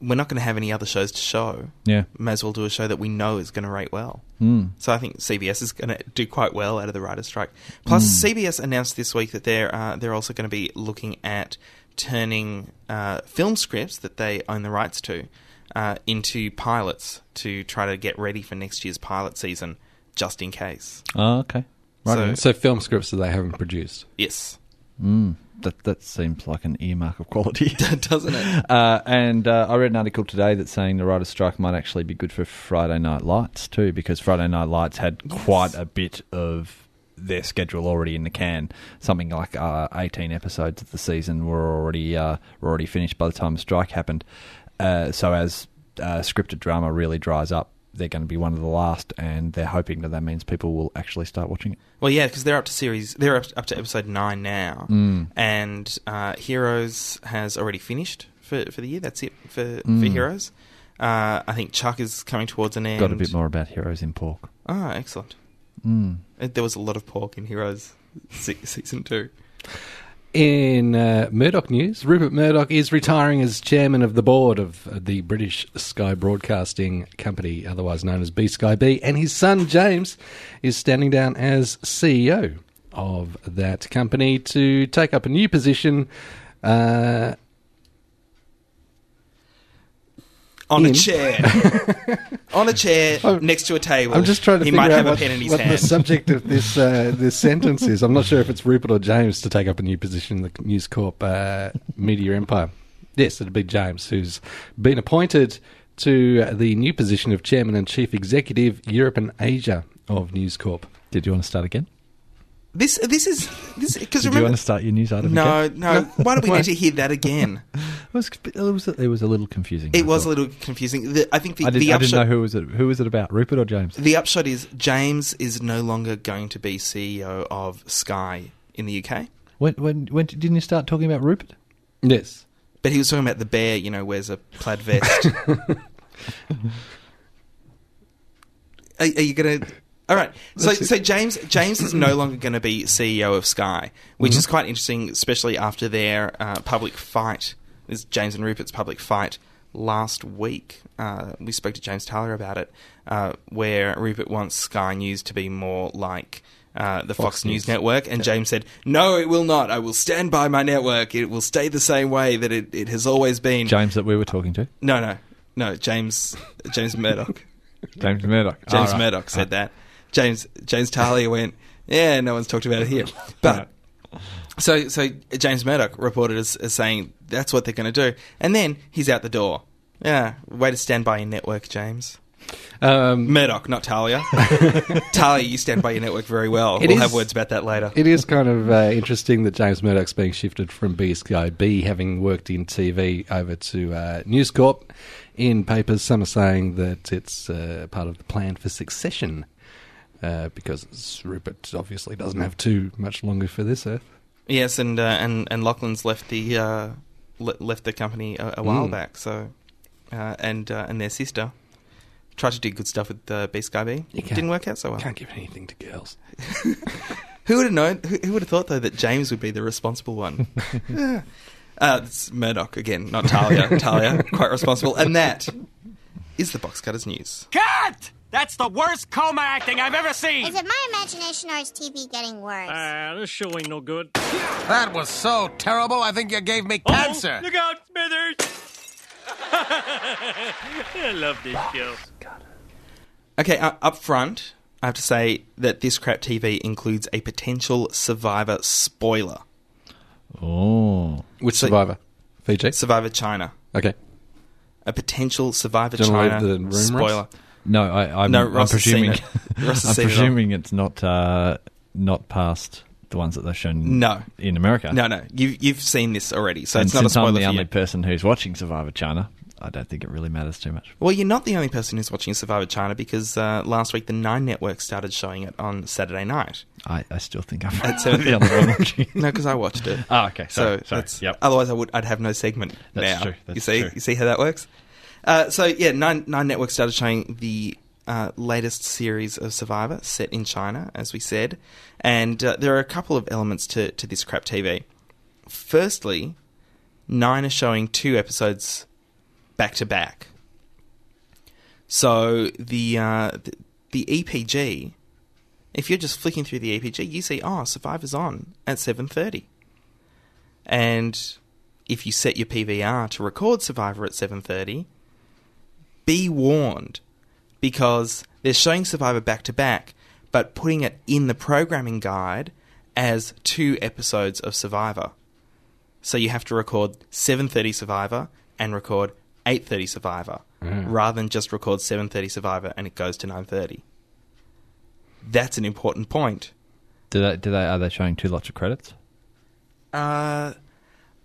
S2: We're not going to have any other shows to show.
S3: yeah
S2: May as well do a show that we know is going to rate well.
S3: mm.
S2: So I think CBS is going to do quite well out of the writers' strike. Plus, CBS announced this week that they're uh, they're also going to be looking at turning uh, film scripts that they own the rights to uh, into pilots to try to get ready for next year's pilot season, just in case.
S3: oh okay right
S1: So film scripts that they haven't produced.
S2: Yes,
S3: mm. that, that seems like an earmark of quality
S2: doesn't it?
S3: Uh, and uh, I read an article today that's saying the writer's strike might actually be good for Friday Night Lights too, because Friday Night Lights had quite a bit of their schedule already in the can. Something like uh, 18 episodes of the season were already uh, were already finished by the time the strike happened. Uh, so as uh, scripted drama really dries up, they're going to be one of the last, and they're hoping that that means people will actually start watching it.
S2: Well, yeah, because they're up to series. They're up, up to episode nine now,
S3: Hmm.
S2: and uh, Heroes has already finished for, for the year. That's it for for Heroes. Uh, I think Chuck is coming towards an end.
S3: Mm. Got a bit more about heroes in pork.
S2: Ah, excellent.
S3: Mm.
S2: Uh, There was a lot of pork in Heroes se- season two.
S1: In uh, Murdoch news, Rupert Murdoch is retiring as chairman of the board of uh, the British Sky Broadcasting Company, otherwise known as B Sky B, and his son James is standing down as CEO of that company to take up a new position. Uh,
S2: On a
S1: In.
S2: chair, on a chair
S1: I'm-
S2: next to a table.
S1: I'm just trying to
S2: He
S1: figure
S2: might
S1: out
S2: have
S1: what,
S2: a pen in his
S1: what the
S2: hand.
S1: subject of this uh, this sentence is. I'm not sure if it's Rupert or James to take up a new position in the News Corp uh, media empire. Yes, it'd be James who's been appointed to the new position of Chairman and Chief Executive Europe and Asia of News Corp.
S3: Did you want to start again?
S2: this this is this because
S3: Did you want
S2: remember.
S3: to start your news item again?
S2: No, no. Why do we need to hear that again?
S3: It was, it was, it was a little confusing.
S2: It
S3: I
S2: was a
S3: thought.
S2: little confusing. The, I think the,
S3: I, did,
S2: the
S3: I didn't
S2: upshot.
S3: know who was it. Who was it about? Rupert or James?
S2: The upshot is James is no longer going to be CEO of Sky in the UK,
S3: When, when, when didn't you start talking about Rupert?
S1: Yes.
S2: but he was talking about the bear, you know, wears a plaid vest. are, are you going to? All right, so so James James is no longer going to be CEO of Sky, which is quite interesting, especially after their uh, public fight. This James and Rupert's public fight last week. Uh, we spoke to James Tyler about it, uh, where Rupert wants Sky News to be more like uh, the Fox, News, Network, and James said, "No, it will not. I will stand by my network. It will stay the same way that it, it has always been."
S3: James that we were talking to.
S2: no, no, no, James James Murdoch.
S3: James Murdoch.
S2: James
S3: All right.
S2: Murdoch said that. James James Talia went, yeah, no one's talked about it here. But so so James Murdoch reported as, as saying that's what they're going to do, and then he's out the door. Yeah, way to stand by your network, James
S1: Um,
S2: Murdoch, not Talia. Talia, you stand by your network very well.
S1: It
S2: we'll
S1: is-
S2: have words about that later.
S1: It is kind of uh, interesting that James Murdoch's being shifted from BSKB, having worked in TV, over to uh, News Corp. In papers, some are saying that it's uh, part of the plan for succession uh, because Rupert obviously doesn't have too much longer for this earth.
S2: yes, and uh, and and Lachlan's left the uh, le- left the company a, a while
S1: Mm.
S2: back. So uh, and uh, and their sister tried to do good stuff with uh, B Sky B.
S1: You can't-
S2: Didn't work out so well.
S1: Can't give anything to girls.
S2: Who would have known? Who, who would have thought though that James would be the responsible one? Yeah. uh, it's Murdoch again, not Talia. Talia, quite responsible, and that is the box cutters news.
S6: Cut! That's the worst coma acting I've ever seen!
S7: Is it my imagination or is TV getting worse?
S6: Ah, this show ain't no good.
S8: That was so terrible, I think you gave
S6: Oh,
S8: me cancer.
S6: Look out, Smithers! I love this show.
S2: Okay, uh, up front, I have to say that this crap TV includes a potential Survivor spoiler.
S3: Oh,
S1: Which survivor? Fiji?
S2: Survivor China,
S1: Okay.
S2: a potential Survivor
S1: Don't leave
S2: China
S1: the room, Ross.
S2: spoiler.
S3: no, I, I'm,
S2: No,
S3: I'm
S2: Ross has seen
S3: presuming.
S2: it. Ross has
S3: I'm
S2: seen it all.
S3: presuming it's not uh, not past the ones that they've shown.
S2: No.
S3: in America.
S2: No, no, you, you've seen this already, so
S3: and
S2: it's not a
S3: since
S2: spoiler.
S3: I'm the
S2: for
S3: only
S2: you.
S3: person who's watching Survivor China, I don't think it really matters too much.
S2: Well, you're not the only person who's watching Survivor China because uh, last week the Nine Network started showing it on Saturday night.
S3: I, I still think I'm
S2: That's it.
S3: the only one watching.
S2: No, because I watched it.
S3: Oh, okay. Sorry, sorry.
S2: that's-
S3: Yep.
S2: Otherwise, I would. I'd have no segment
S3: That's
S2: now.
S3: true, that's
S2: you see,
S3: true.
S2: you see how that works. Uh, so yeah, Nine Nine Network started showing the uh, latest series of Survivor set in China, as we said, and uh, there are a couple of elements to to this crap TV. Firstly, Nine are showing two episodes back to back. So the, uh, the the EPG, if you're just flicking through the EPG, you see oh Survivor's on at seven thirty, and if you set your PVR to record Survivor at seven thirty, be warned because they're showing Survivor back to back, but putting it in the programming guide as two episodes of Survivor. So you have to record 7:30 Survivor and record 8:30 Survivor rather than just record 7:30 Survivor and it goes to 9:30. That's an important point
S3: Do they, do they, are they showing two lots of credits?
S2: Uh,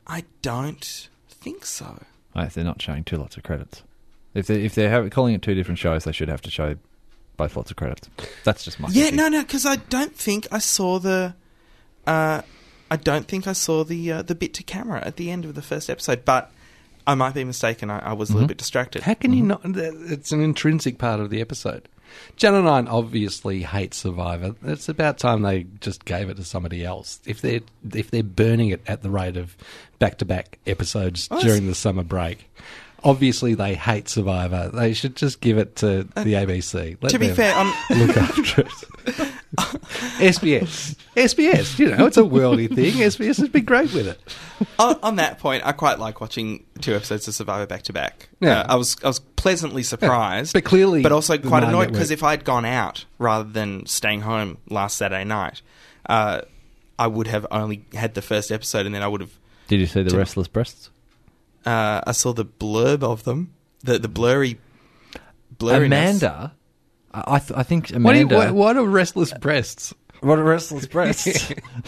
S2: I don't think so.
S3: Oh, if they're not showing two lots of credits. If they if they're ha- calling it two different shows, they should have to show both lots of credits. That's just my
S2: Yeah,
S3: thinking.
S2: no, no, because I don't think I saw the. Uh, I don't think I saw the uh, the bit to camera at the end of the first episode, but I might be mistaken. I, I was a
S1: Mm-hmm.
S2: little bit distracted.
S1: How can you not? It's an intrinsic part of the episode. Channel 9 obviously hates Survivor. It's about time they just gave it to somebody else. If they're, if they're burning it at the rate of back to back episodes
S2: that's-
S1: during the summer break, obviously they hate Survivor. They should just give it to the ABC.
S2: Uh,
S1: Let
S2: to be
S1: them
S2: fair, on
S1: Look after it. SBS. SBS, you know, it's a worldy thing. SBS has been great with it.
S2: on, on that point, I quite like watching two episodes of Survivor back to back.
S1: Yeah.
S2: Uh, I was I was pleasantly surprised,
S1: but clearly
S2: but also
S1: the
S2: quite
S1: Nine
S2: annoyed because
S1: Network-
S2: if I'd gone out rather than staying home last Saturday night, uh, I would have only had the first episode, and then I would have.
S3: Did you see the
S2: Did-
S3: restless breasts?
S2: Uh, I saw the blurb of them, the the blurry. Blurriness.
S3: Amanda, I I, th- I think
S1: What, do you,
S3: Amanda.
S1: what, what are restless breasts?
S3: What a restless breasts.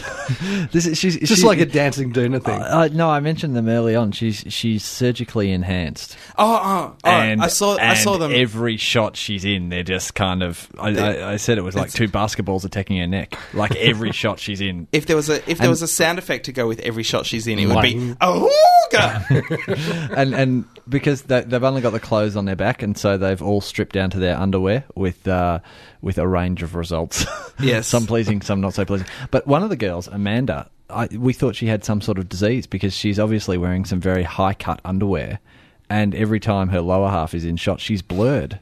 S3: this is, she's
S1: Just
S3: she-
S1: like a dancing Duna thing.
S3: Uh, no, I mentioned them early on. She's she's surgically enhanced,
S2: Oh, oh, oh I saw. I
S3: and
S2: saw them.
S3: Every shot she's in, they're just kind of. I, I, I said it was like two basketballs attacking her neck. Like every shot she's in,
S2: if there was a if there
S3: and-
S2: was a sound effect to go with every shot she's in, it would be
S3: Like-
S2: oh god.
S3: and and because they, they've only got the clothes on their back, and so they've all stripped down to their underwear with uh, with a range of results.
S2: Yes.
S3: some pleasing, some not so pleasing. But one of the girls, Amanda, I, we thought she had some sort of disease because she's obviously wearing some very high cut underwear, and every time her lower half is in shot, she's blurred.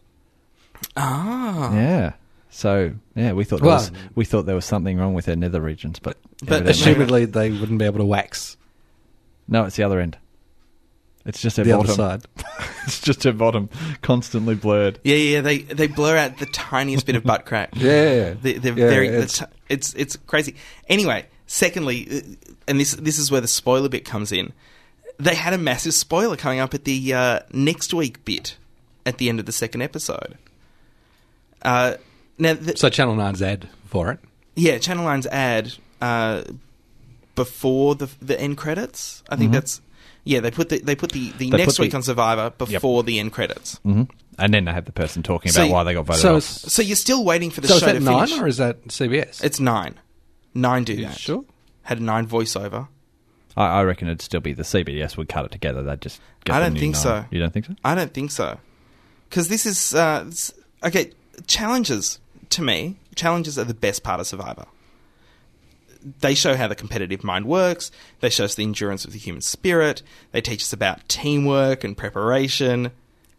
S3: Ah, yeah. So yeah, we thought there
S1: Well-
S3: was, we thought there was something wrong with her nether regions, but
S2: But
S3: evidently-
S1: Assumedly, they wouldn't be able to wax
S3: no, it's the other end. It's just her
S1: the
S3: bottom.
S1: other side.
S3: It's just her bottom, constantly blurred.
S2: yeah, yeah. They they blur out the tiniest bit of butt crack.
S1: Yeah,
S2: They, they're
S1: Yeah,
S2: very.
S1: it's-
S2: It's, it's it's crazy. Anyway, secondly, uh, and this this is where the spoiler bit comes in. They had a massive spoiler coming up at the uh, next week bit at the end of the second episode. Uh, now, the,
S1: So Channel 9's ad for it.
S2: yeah, Channel 9's ad uh, before the the end credits. I think
S1: Mm-hmm.
S2: that's yeah. They put the they put the, the
S3: They
S2: next
S3: put the-
S2: week on Survivor before the end credits.
S1: Mm.
S3: And then they have the person talking
S2: So
S3: about
S2: you-
S3: why they got voted
S1: So,
S3: off.
S1: is-
S2: So you're still waiting for the
S1: so is
S2: show
S1: that
S2: to
S1: nine
S2: finish.
S1: or is that CBS?
S2: It's nine. Nine do that.
S1: sure?
S2: Had a nine voiceover.
S3: I, I reckon it'd still be the CBS would cut it together. They'd just. Get
S2: I
S3: the
S2: don't
S3: new
S2: think
S3: nine.
S2: so.
S3: You don't think so?
S2: I don't think so. Because this is uh, s- okay. Challenges to me, challenges are the best part of Survivor. They show how the competitive mind works. They show us the endurance of the human spirit. They teach us about teamwork and preparation.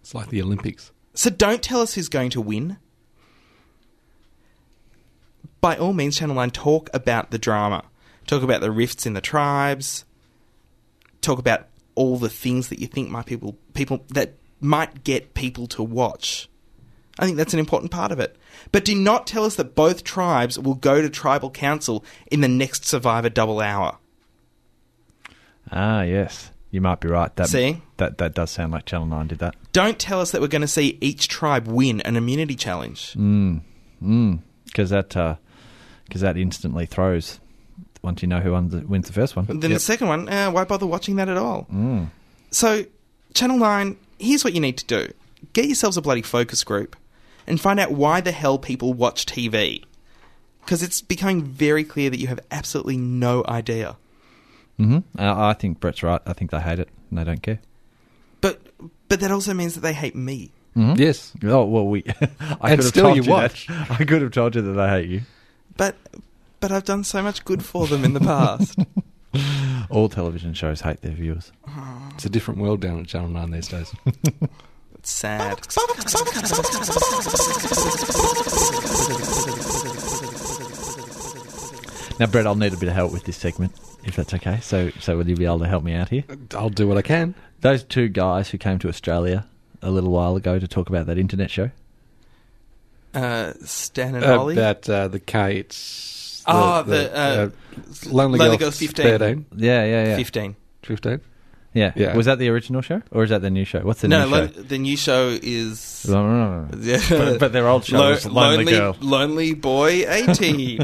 S1: It's like the Olympics.
S2: So don't tell us who's going to win. By all means, Channel 9, talk about the drama. Talk about the rifts in the tribes. Talk about all the things that you think might people people that might get people to watch. I think that's an important part of it. But do not tell us that both tribes will go to tribal council in the next Survivor double hour.
S3: Ah, yes. You might be right. That,
S2: See?
S3: That, that does sound like Channel 9 did that.
S2: Don't tell us that we're going to see each tribe win an immunity challenge.
S3: Because that, uh 'cause that instantly throws once you know who won the, wins the first one.
S2: Then the second one, uh, why bother watching that at all?
S3: Mm.
S2: So, Channel 9, here's what you need to do get yourselves a bloody focus group and find out why the hell people watch TV. Because it's becoming very clear that you have absolutely no idea.
S3: Uh, I think Brett's right. I think they hate it and they don't care.
S2: But but that also means that they hate me.
S1: Yes.
S3: Oh, well, we. I
S1: And
S3: could have
S1: still
S3: told
S1: you
S3: you
S1: watch.
S3: That. I could have told you that they hate you.
S2: But but I've done so much good for them in the past.
S3: All television shows hate their viewers.
S1: It's a different world down at Channel 9 these days.
S2: It's sad.
S3: Now, Brett, I'll need a bit of help with this segment, if that's okay. So, so will you be able to help me out here?
S1: I'll do what I can.
S3: Those two guys who came to Australia a little while ago to talk about that internet show.
S2: Uh, Stan and Ollie.
S1: About uh, the Kates.
S2: Oh, the, uh,
S1: Lonely,
S2: Lonely
S1: Girl
S2: Girl
S1: 15. 13,
S3: Yeah, yeah, yeah.
S2: 15.
S1: 15.
S3: Yeah.
S1: Yeah.
S3: Was that the original show or is that the new show? What's the
S2: no,
S3: new
S2: lo-
S3: show?
S2: the new show is. Yeah.
S3: But, but their old show
S2: Lo-
S3: was Lonely, Girl.
S2: Lonely Boy 18.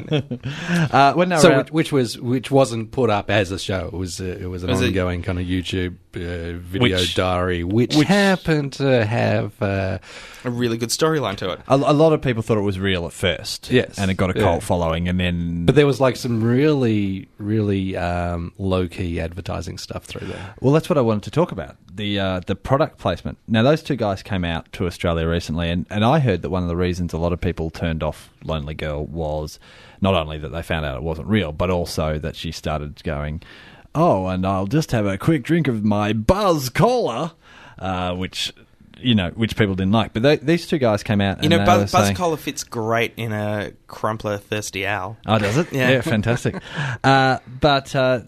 S3: Uh, when they were
S1: So
S3: out-
S1: which, which was which wasn't put up as a show. It was uh, it was an
S2: Was it-
S1: ongoing kind of YouTube uh, video
S2: Which-
S1: diary, which,
S2: which-
S1: happened to have uh,
S2: a really good storyline to it.
S3: A, a lot of people thought it was real at first.
S1: Yes.
S3: And it got a
S1: Yeah.
S3: cult following, and then.
S1: But there was like some really, really um, low key advertising stuff through there.
S3: well, that's what I wanted to talk about the uh, the product placement. Now, those two guys came out to Australia recently, and, and I heard that one of the reasons a lot of people turned off Lonely Girl was not only that they found out it wasn't real, but also that she started going, Oh, and I'll just have a quick drink of my Buzz Cola, uh, which. You know, which people didn't like, but they, these two guys came out.
S2: You
S3: and
S2: know,
S3: they were
S2: Buzz, Buzz
S3: saying-
S2: Collar fits great in a crumpler thirsty owl.
S3: Oh, does it?
S2: Yeah.
S3: fantastic. uh, but uh,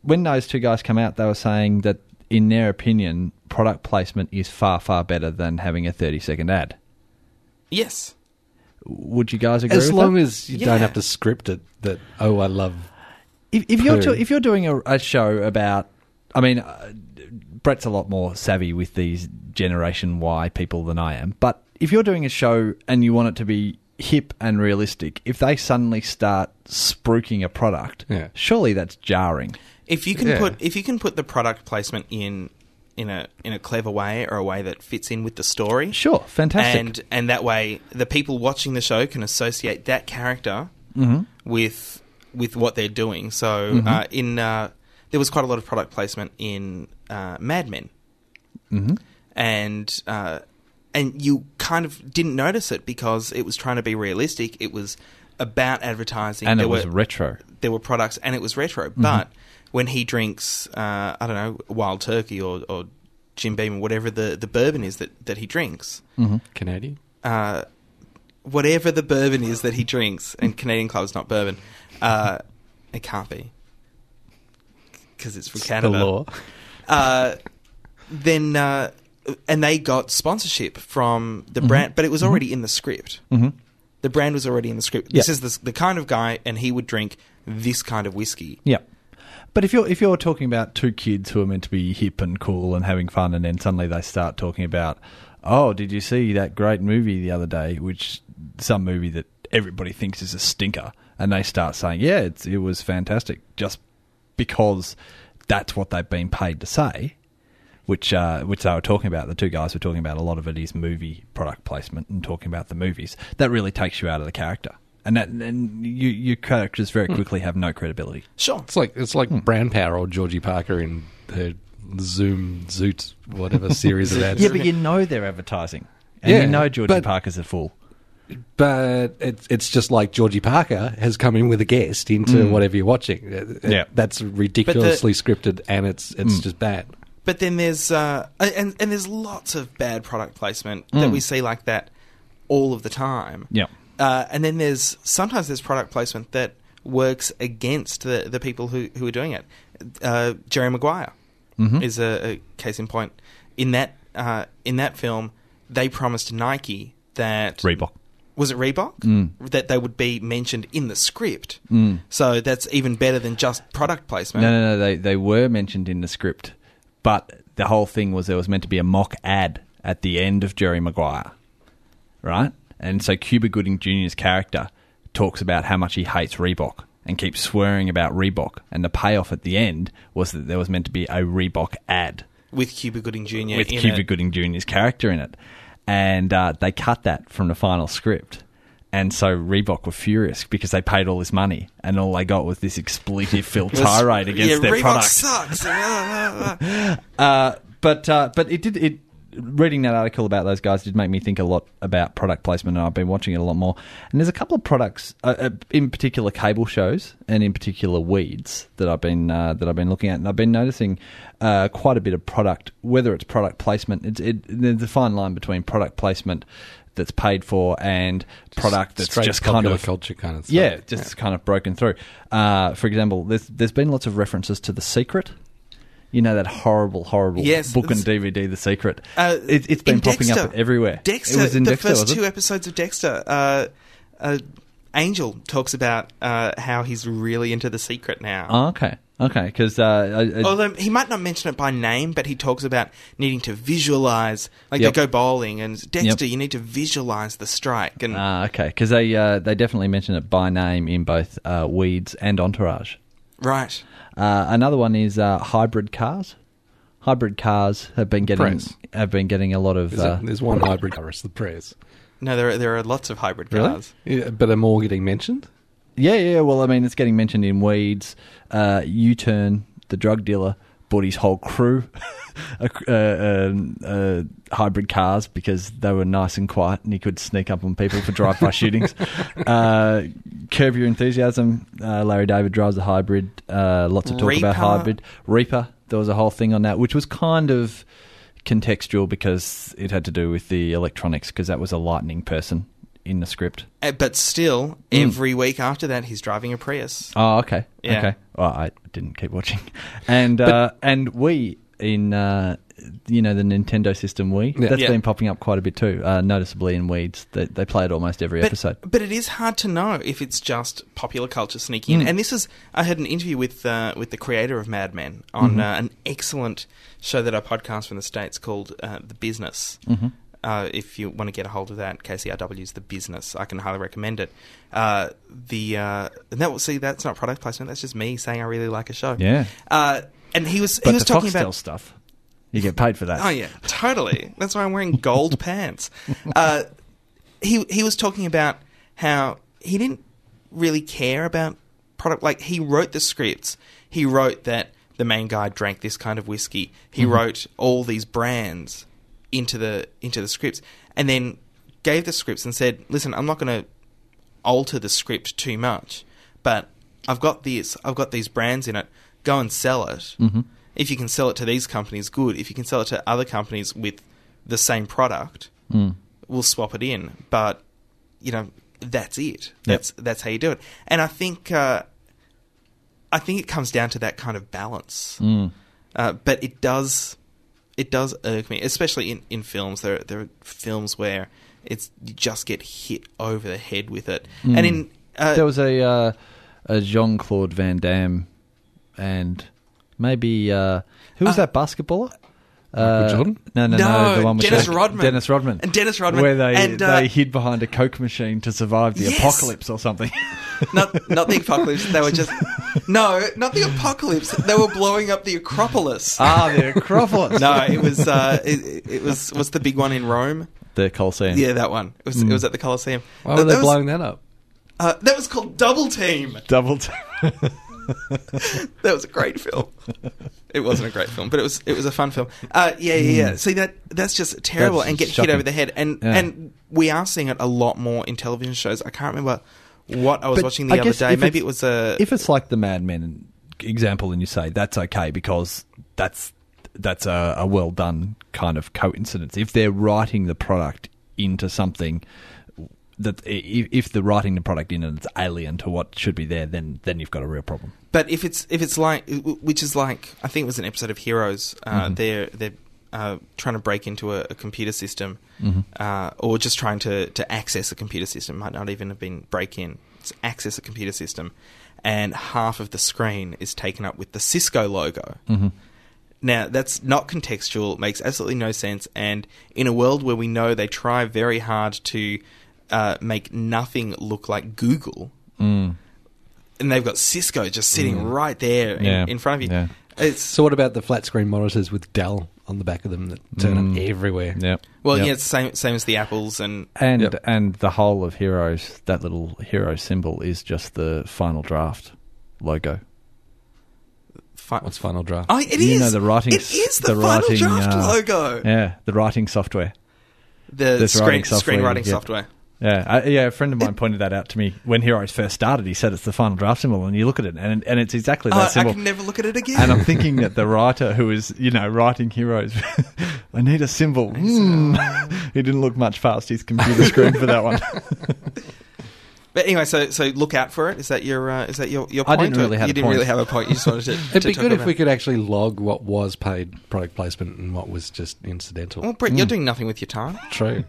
S3: when those two guys come out, they were saying that, in their opinion, product placement is far, far better than having a 30 second ad.
S2: Yes.
S3: Would you guys agree
S1: As
S3: with
S1: long
S3: that?
S1: as you don't
S2: Yeah.
S1: have to script it that, oh, I love.
S3: If, if, you're,
S1: Poo.
S3: do, if you're doing a, a show about. I mean, uh, Brett's a lot more savvy with these Generation Y people than I am. But if you're doing a show and you want it to be hip and realistic, if they suddenly start spruiking a product,
S1: Yeah.
S3: surely that's jarring.
S2: If you can
S1: Yeah.
S2: put if you can put the product placement in in a in a clever way or a way that fits in with the story.
S3: Sure, fantastic.
S2: And and that way the people watching the show can associate that character
S3: Mm-hmm.
S2: with with what they're doing. So uh, in uh, there was quite a lot of product placement in uh, Mad Men.
S3: Mm-hmm.
S2: and uh, and you kind of didn't notice it because it was trying to be realistic. It was about advertising,
S3: and
S2: there
S3: it was Mm-hmm.
S2: were
S3: retro.
S2: there were products, and it was retro. But when he drinks, uh, I don't know, Wild Turkey or, or Jim Beam or whatever the, the bourbon is that that he drinks,
S1: Canadian?
S2: uh, whatever the bourbon is that he drinks, and Canadian Club's not bourbon, uh, it can't be because it's from Canada
S1: The law.
S2: uh, then uh, and they got sponsorship from the brand, but it was already in the script. Mm-hmm. The brand was already in the script. This
S3: Yeah.
S2: is the, the kind of guy, and he would drink this kind of whiskey.
S3: Yeah. But if you're if you're talking about two kids who are meant to be hip and cool and having fun, and then suddenly they start talking about, oh, did you see that great movie the other day? Which some movie that everybody thinks is a stinker, and they start saying, yeah, it's, it was fantastic, just because that's what they've been paid to say. Which uh, which they were talking about. The two guys were talking about a lot of it is movie product placement and talking about the movies. That really takes you out of the character, and that and you your characters very quickly have no credibility.
S2: Sure.
S1: It's like it's like brand power or Georgie Parker in her Zoom Zoot whatever series of ads.
S3: Yeah, but you know they're advertising. And
S1: Yeah,
S3: you know Georgie
S1: but-
S3: Parker's a fool.
S1: but it's it's just like Georgie Parker has come in with a guest into whatever you're watching. Uh, uh,
S3: Mm. Yeah. Mm.
S1: that's ridiculously scripted, and it's it's just bad.
S2: But then there's uh, and and there's lots of bad product placement that we see like that all of the time.
S3: Yeah.
S2: Uh, and then there's sometimes there's product placement that works against the, the people who, who are doing it. Uh, Jerry Maguire
S3: Mm-hmm.
S2: is a, a case in point. In that uh, in that film, they promised Nike that
S3: Reebok.
S2: was it Reebok
S3: Mm.
S2: that they would be mentioned in the script. So that's even better than just product placement.
S3: No, no, no. They, they were mentioned in the script, but the whole thing was there was meant to be a mock ad at the end of Jerry Maguire, right? And so Cuba Gooding Jr.'s character talks about how much he hates Reebok and keeps swearing about Reebok. And the payoff at the end was that there was meant to be a Reebok ad.
S2: With Cuba Gooding Jr.
S3: with
S2: in
S3: Cuba
S2: it.
S3: Gooding Jr.'s character in it. And uh, they cut that from the final script. And so Reebok were furious because they paid all this money and all they got was this expletive filled tirade against
S2: yeah,
S3: their
S2: Reebok
S3: product.
S2: sucks.
S3: Uh, but uh, but it did it reading that article about those guys did make me think a lot about product placement and I've been watching it a lot more and there's a couple of products uh, uh, in particular cable shows and in particular weeds that I've been uh, that I've been looking at and I've been noticing uh, quite a bit of product whether it's product placement it's it, there's a fine line between product placement that's paid for and product that's
S1: Straight
S3: just kind
S1: popular
S3: of
S1: culture kind of stuff.
S3: yeah, just kind of broken through. Uh, for example, there's there's been lots of references to The Secret. You know that horrible, horrible
S2: Yes,
S3: book and
S2: it's-
S3: DVD, The Secret.
S2: Uh,
S3: it, it's been
S2: in
S3: popping up
S2: Dexter.
S3: everywhere.
S2: Dexter,
S3: It was in
S2: the
S3: Dexter,
S2: first
S3: was it?
S2: two episodes of Dexter. Uh, uh, Angel talks about uh, how he's really into the secret now.
S3: Oh, okay. Okay, because uh, I- I-
S2: Although he might not mention it by name, but he talks about needing to visualize. Like
S3: Yep.
S2: they go bowling, and Dexter,
S3: Yep.
S2: you need to visualize the strike. And
S3: Ah, okay, because they uh, they definitely mention it by name in both uh, Weeds and Entourage.
S2: right,
S3: Uh, another one is uh, hybrid cars. Hybrid cars have been getting
S1: Press.
S3: have been getting a lot of.
S1: There's,
S3: uh,
S1: a, there's one hybrid car, it's the Prez.
S2: no, there are, there are lots of hybrid cars.
S1: Yeah, but are more getting mentioned?
S3: yeah, yeah. Well, I mean, it's getting mentioned in Weeds. Uh, U-turn, the drug dealer, bought his whole crew a, uh, um, uh, hybrid cars because they were nice and quiet, and he could sneak up on people for drive-by shootings. Uh, Curb your enthusiasm. Uh, Larry David drives a hybrid. Uh, lots of talk
S2: Reaper.
S3: about hybrid. Reaper. There was a whole thing on that, which was kind of contextual because it had to do with the electronics because that was a lightning person in the script.
S2: Uh, But still,
S3: Hmm.
S2: every week after that, he's driving a Prius.
S3: Oh, okay.
S2: Yeah.
S3: Okay. Well, I didn't keep watching. And uh, and we in uh, you know the Nintendo system Wii
S1: Yeah.
S3: that's
S2: Yeah.
S3: been popping up quite a bit too, uh, noticeably in Weeds. They, they play it almost every
S2: But,
S3: episode.
S2: but it is hard to know if it's just popular culture sneaking
S3: Mm.
S2: in. And this is, I had an interview with uh, with the creator of Mad Men on
S3: Mm-hmm.
S2: uh, an excellent show that I podcast from the states called uh, The Business.
S3: Mm-hmm.
S2: Uh, if you want to get a hold of that, KCRW's The Business. I can highly recommend it. Uh, the uh, and that will see that's not product placement. That's just me saying I really like a show.
S3: Yeah.
S2: Uh, and he was
S3: But
S2: he was
S3: the
S2: talking
S3: Foxtel
S2: about
S3: stuff, you get paid for that.
S2: Oh yeah, totally. That's why I'm wearing gold pants. Uh, he he was talking about how he didn't really care about product. Like he wrote the scripts. He wrote that the main guy drank this kind of whiskey. He wrote all these brands into the into the scripts, and then gave the scripts and said, "Listen, I'm not going to alter the script too much, but I've got this. I've got these brands in it. Go and sell it." if you can sell it to these companies, good. If you can sell it to other companies with the same product, we'll swap it in. But you know, that's it. That's that's how you do it. And I think uh, I think it comes down to that kind of balance.
S3: Mm.
S2: Uh, but it does it does irk me, especially in, in films. There there are films where it's you just get hit over the head with it.
S1: Hmm.
S2: And in uh,
S3: There was a uh, a Jean Claude Van Damme, and maybe uh, who was that basketballer? Uh,
S1: Jordan?
S3: No, no, no, The one with
S2: Dennis
S3: the-
S2: Rodman.
S3: Dennis Rodman.
S2: And Dennis Rodman.
S3: Where they
S2: And, uh,
S3: they hid behind a coke machine to survive the
S2: Yes.
S3: apocalypse or something.
S2: not not the apocalypse. They were just no, not the apocalypse. They were blowing up the Acropolis.
S3: ah, the Acropolis.
S2: no, it was uh, it, it was what's the big one in Rome?
S3: the Colosseum.
S2: Yeah, that one. It was it was at the Colosseum.
S1: Hmm. Why were
S2: That
S1: they
S2: was-
S1: blowing that up?
S2: Uh, that was called Double Team.
S3: Double. T-
S2: That was a great film. It wasn't a great film, but it was it was a fun film. Uh, yeah, yeah, yeah. See that that's just terrible
S3: Mm. That's
S2: and get
S3: shocking.
S2: hit over the head. And
S3: Yeah.
S2: and we are seeing it a lot more in television shows. I can't remember what I was
S3: But
S2: watching
S3: I
S2: the other
S3: guess
S2: day.
S3: if
S2: Maybe
S3: it's-
S2: it was a
S3: if it's like the Mad Men example, and you say that's okay because that's that's a, a well done kind of coincidence. If they're writing the product into something that if, if they're writing the product in and it's alien to what should be there, then then you've got a real problem.
S2: But if it's if it's like which is like I think it was an episode of Heroes. Uh, They're they're uh, trying to break into a, a computer system, uh, or just trying to to access a computer system. Might not even have been break in. It's access a computer system, and half of the screen is taken up with the Cisco logo. Now, that's not contextual, makes absolutely no sense, and in a world where we know they try very hard to uh, make nothing look like Google,
S3: Mm.
S2: and they've got Cisco just sitting right there in,
S3: Yeah.
S2: in front of you.
S3: Yeah.
S2: It's
S1: So, what about the flat screen monitors with Dell on the back of them that turn up
S3: Mm.
S1: everywhere?
S2: well,
S3: Yep.
S2: yeah, it's the same same as the apples, and
S3: And and the whole of Heroes, that little hero symbol is just the final draft logo.
S2: fi-
S1: What's Final Draft?
S2: Oh, it
S3: you
S2: is-
S3: know the writing.
S2: It is the,
S3: the
S2: final
S3: writing,
S2: draft
S3: uh,
S2: logo.
S3: Yeah, the writing software.
S2: The
S3: This
S2: screen,
S3: writing software,
S2: screenwriting
S3: yeah.
S2: software.
S3: Yeah, I, yeah. A friend of mine pointed that out to me when Heroes first started. He said it's the final draft symbol, and you look at it, and and it's exactly that
S2: Uh, I
S3: symbol.
S2: can never look at it again.
S3: and uh, I'm thinking that the writer who is, you know, writing Heroes, I need a symbol. Hmm. he didn't look much past his computer screen for that one.
S2: But anyway, so so look out for it. Is that your uh, is that your your
S3: I
S2: point?
S3: didn't
S2: or-
S3: really have
S2: you
S3: a
S2: didn't
S3: point.
S2: really have a point. You just wanted to.
S1: It'd
S2: to
S1: be
S2: talk
S1: good if
S2: about
S1: we
S2: it.
S1: could actually log what was paid product placement and what was just incidental.
S2: Well, Brett, you're doing nothing with your time.
S1: True.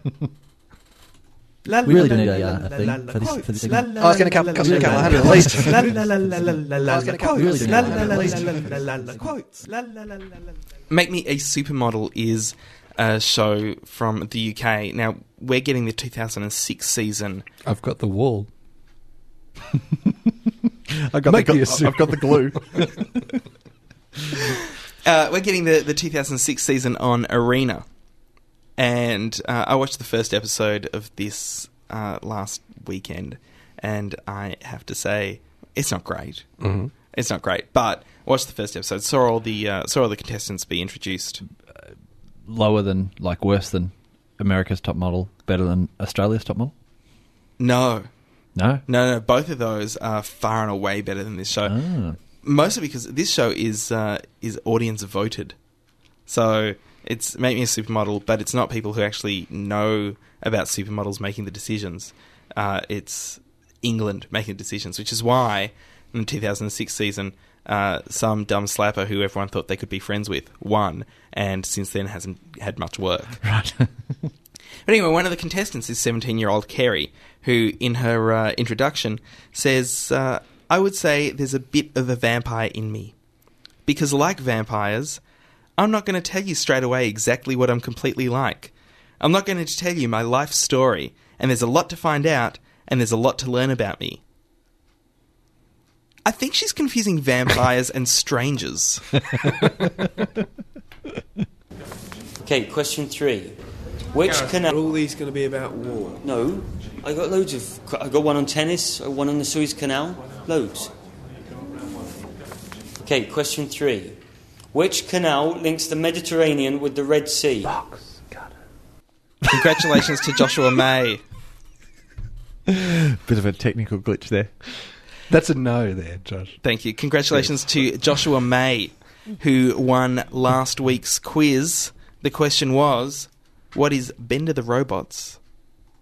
S5: We really do need a, a thing for this, for this segment.
S1: I was going to Oh, come, come, come 100 at least.
S2: Make Me a Supermodel is a show from the UK. Now, we're getting the 2006 season.
S1: I've got the wall.
S3: I've got,
S1: Make me
S3: the,
S1: a
S3: gl- I've got the glue.
S2: Uh, we're getting the, the 2006 season on Arena. And uh, I watched the first episode of this uh, last weekend, and I have to say, it's not great. Mm-hmm. It's not great, but I watched the first episode, saw all the uh, saw all the contestants be introduced.
S3: Lower than, like, worse than America's top model, better than Australia's top model?
S2: No,
S3: No.
S2: No, no, both of those are far and away better than this show. Mostly because this show is uh, is audience voted, so it's make me a supermodel, but it's not people who actually know about supermodels making the decisions. Uh, it's England making the decisions, which is why in the 2006 season, uh, some dumb slapper who everyone thought they could be friends with won, and since then hasn't had much work.
S3: Right.
S2: But anyway, one of the contestants is 17 year old Carrie, who in her uh, introduction says, uh, I would say there's a bit of a vampire in me. Because, like vampires, I'm not going to tell you straight away exactly what I'm completely like. I'm not going to tell you my life story, and there's a lot to find out, and there's a lot to learn about me. I think she's confusing vampires and strangers.
S9: Okay, question three. Which canal? Are all these going to be about war? No, I got loads of. I got one on tennis, uh, one on the Suez Canal, loads. Okay, question three. Which canal links the Mediterranean with the Red Sea?
S2: Congratulations to Joshua May.
S3: Bit of a technical glitch there.
S1: That's a no there, Josh.
S2: Thank you. Congratulations to Joshua May, who won last week's quiz. The question was, what is Bender the Robot's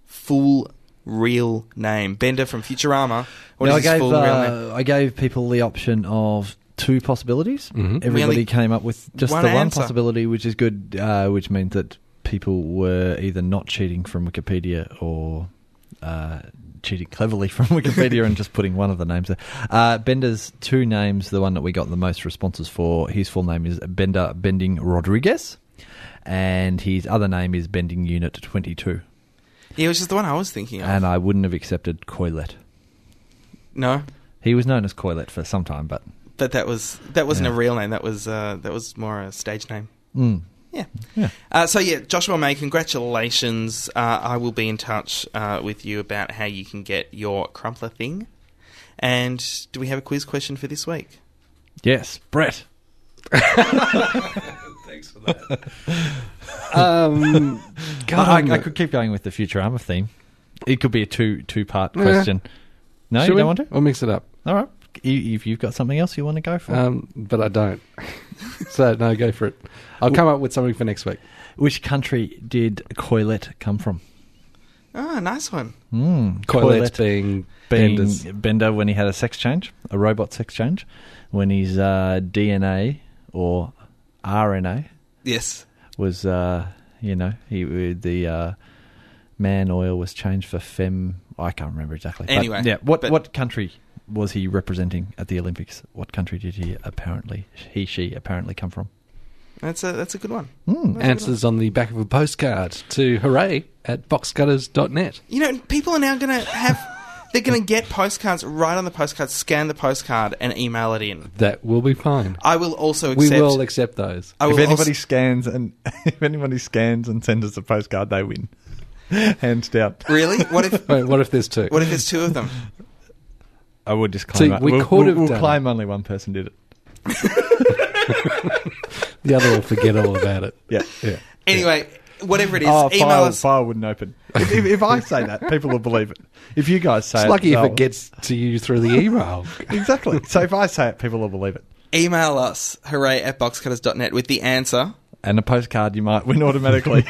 S2: full real name? Bender from Futurama. What
S3: Now, I
S2: is his
S3: gave
S2: full real name?
S3: uh, I gave people the option of two possibilities. Everybody
S2: only-
S3: came up with just
S2: one
S3: the one
S2: answer.
S3: possibility, which is good, uh, which means that people were either not cheating from Wikipedia or uh, cheating cleverly from Wikipedia and just putting one of the names there. Uh, Bender's two names, the one that we got the most responses for, his full name is Bender Bending Rodriguez, and his other name is Bending Unit 22.
S2: Yeah, which is the one I was thinking of.
S3: And I wouldn't have accepted Coilet.
S2: no,
S3: He was known as Coilet for some time, but
S2: but that was that wasn't a
S3: Yeah.
S2: real name. That was uh, that was more a stage name. Yeah. Uh, so yeah, Joshua May, congratulations. Uh, I will be in touch uh, with you about how you can get your crumpler thing. And do we have a quiz question for this week?
S3: yes, Brett.
S1: Um, God,
S3: I, I could keep going with the Futurama theme. It could be a two two part
S1: Yeah.
S3: question. No,
S1: Should
S3: you
S1: we?
S3: don't want to.
S1: We'll mix it up,
S3: All right. You- If you've got something else you want to go for,
S1: um, but I don't. so no, go for it. I'll come up with something for next week.
S3: which country did Coilet come from?
S2: Ah, nice one.
S1: Coilette's being
S3: being
S1: Bender's.
S3: Bender when he had a sex change, a robot sex change, when his uh, DNA or RNA
S2: Yes.
S3: was, uh, you know, he the uh, man oil was changed for fem. I can't remember exactly. But,
S2: Anyway,
S3: yeah, what
S2: but-
S3: what country was he representing at the Olympics? What country did he apparently he she apparently come from?
S2: That's a that's a good one.
S1: Answers on the back of a postcard to hooray at boxcutters.net.
S2: You know, people are now going to have they're going to get postcards right on the postcard, scan the postcard, and email it in.
S1: That will be fine.
S2: I will also
S1: We
S2: accept.
S1: will accept those.
S2: I will also,
S3: scans and if anybody scans and sends us a postcard, they win, hands down.
S2: really. What if
S1: Wait, what if there's two?
S2: what if there's two of them?
S3: I would just claim.
S1: See, we
S3: we'll,
S1: could
S3: we'll-
S1: have
S3: we'll
S1: done
S3: claim only one person did it.
S1: The other will forget all about it.
S3: Yeah, yeah.
S2: Anyway, whatever it is,
S3: Oh,
S2: email
S3: file,
S2: us.
S3: file wouldn't open. If, if, if I say that, people will believe it. If you guys say
S1: It's
S3: it,
S1: lucky if
S3: they'll-
S1: it gets to you through the email.
S3: exactly. So if I say it, people will believe it.
S2: Email us hooray at boxcutters.net with the answer
S3: And a postcard you might win automatically.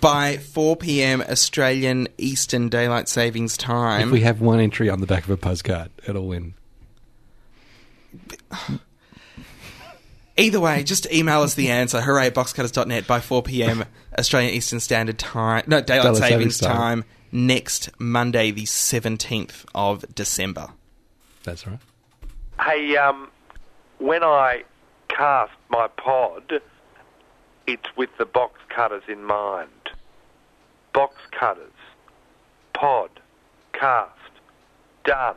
S2: by 4 p.m. Australian Eastern Daylight Savings Time.
S1: If we have one entry on the back of a postcard, it'll win.
S2: Either way, just email us the answer. Hooray at boxcutters.net by 4 p.m. Australian Eastern Standard Time. No, Daylight,
S1: Daylight
S2: Savings,
S1: Savings Time.
S2: time, next Monday, the 17th of December.
S1: That's right.
S10: Hey, um, when I cast my pod, it's with the box cutters in mind. Box cutters, pod, cast, done.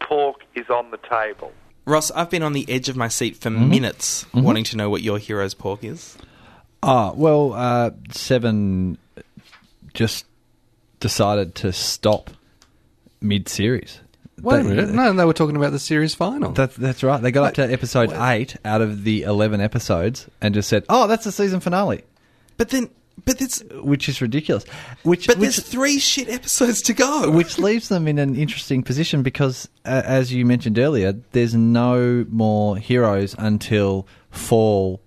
S10: Pork is on the table.
S2: Ross, I've been on the edge of my seat for minutes wanting to know what your hero's pork is.
S3: Ah, well, uh, Seven just decided to stop mid-series.
S1: Wait a
S3: They-
S1: minute. No, they were talking about the series final.
S3: That, that's right. They got up to episode eight out of the eleven episodes, and just said, "Oh, that's the season finale,"
S2: But then, but there's,
S3: which is ridiculous. Which,
S2: but
S3: which,
S2: there's three shit episodes to go.
S3: which leaves them in an interesting position because, uh, as you mentioned earlier, there's no more heroes until fall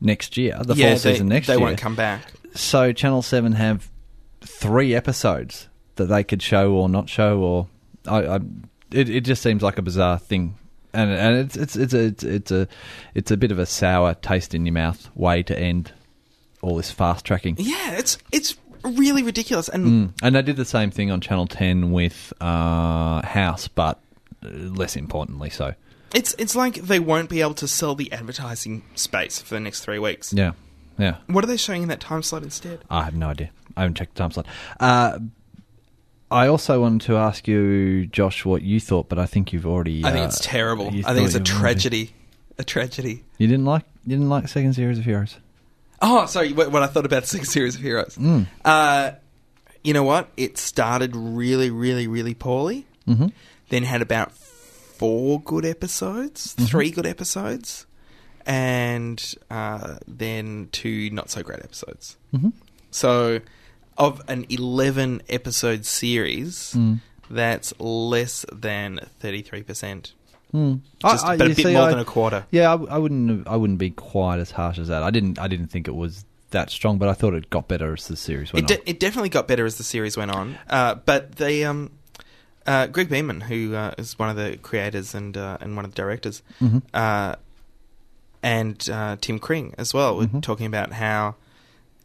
S3: next year, the
S2: yeah,
S3: fall
S2: they,
S3: season next
S2: they
S3: year.
S2: won't come back.
S3: So Channel Seven have three episodes that they could show or not show, or I, I it, it just seems like a bizarre thing, and and it's it's it's a it's, it's a it's a bit of a sour taste in your mouth way to end all this fast tracking.
S2: Yeah, it's it's really ridiculous. And
S3: And they did the same thing on Channel Ten with uh, House, but uh, less importantly so.
S2: It's it's like they won't be able to sell the advertising space for the next three weeks.
S3: Yeah, yeah.
S2: What are they showing in that time slot instead?
S3: I have no idea. I haven't checked the time slot. Uh, I also wanted to ask you, Josh, what you thought, but I think you've already.
S2: I think
S3: uh,
S2: it's terrible.
S3: you
S2: I think
S3: thought
S2: it's a
S3: you've already-
S2: tragedy. A tragedy.
S3: You didn't like you didn't like second series of Heroes.
S2: Oh, sorry. What, what I thought about Six Series of Heroes. Uh, you know what? It started really, really, really poorly. Mm-hmm. Then had about four good episodes, three good episodes, and uh, then two not so great episodes. Mm-hmm. So, of an eleven episode series, that's less than thirty three percent. Just
S3: I- I-
S2: about a
S3: you
S2: bit
S3: see,
S2: more
S3: I-
S2: than a quarter.
S3: Yeah, I, w- I wouldn't have- I wouldn't be quite as harsh as that. I didn't I didn't think it was that strong, but I thought it got better as the series
S2: It,
S3: went
S2: de- it definitely got better as the series went on. Uh, but they, um, uh, Greg Beeman, who uh, is one of the creators and uh, and one of the directors,
S3: Mm-hmm.
S2: uh, and uh, Tim Kring as well, were
S3: Mm-hmm.
S2: talking about how,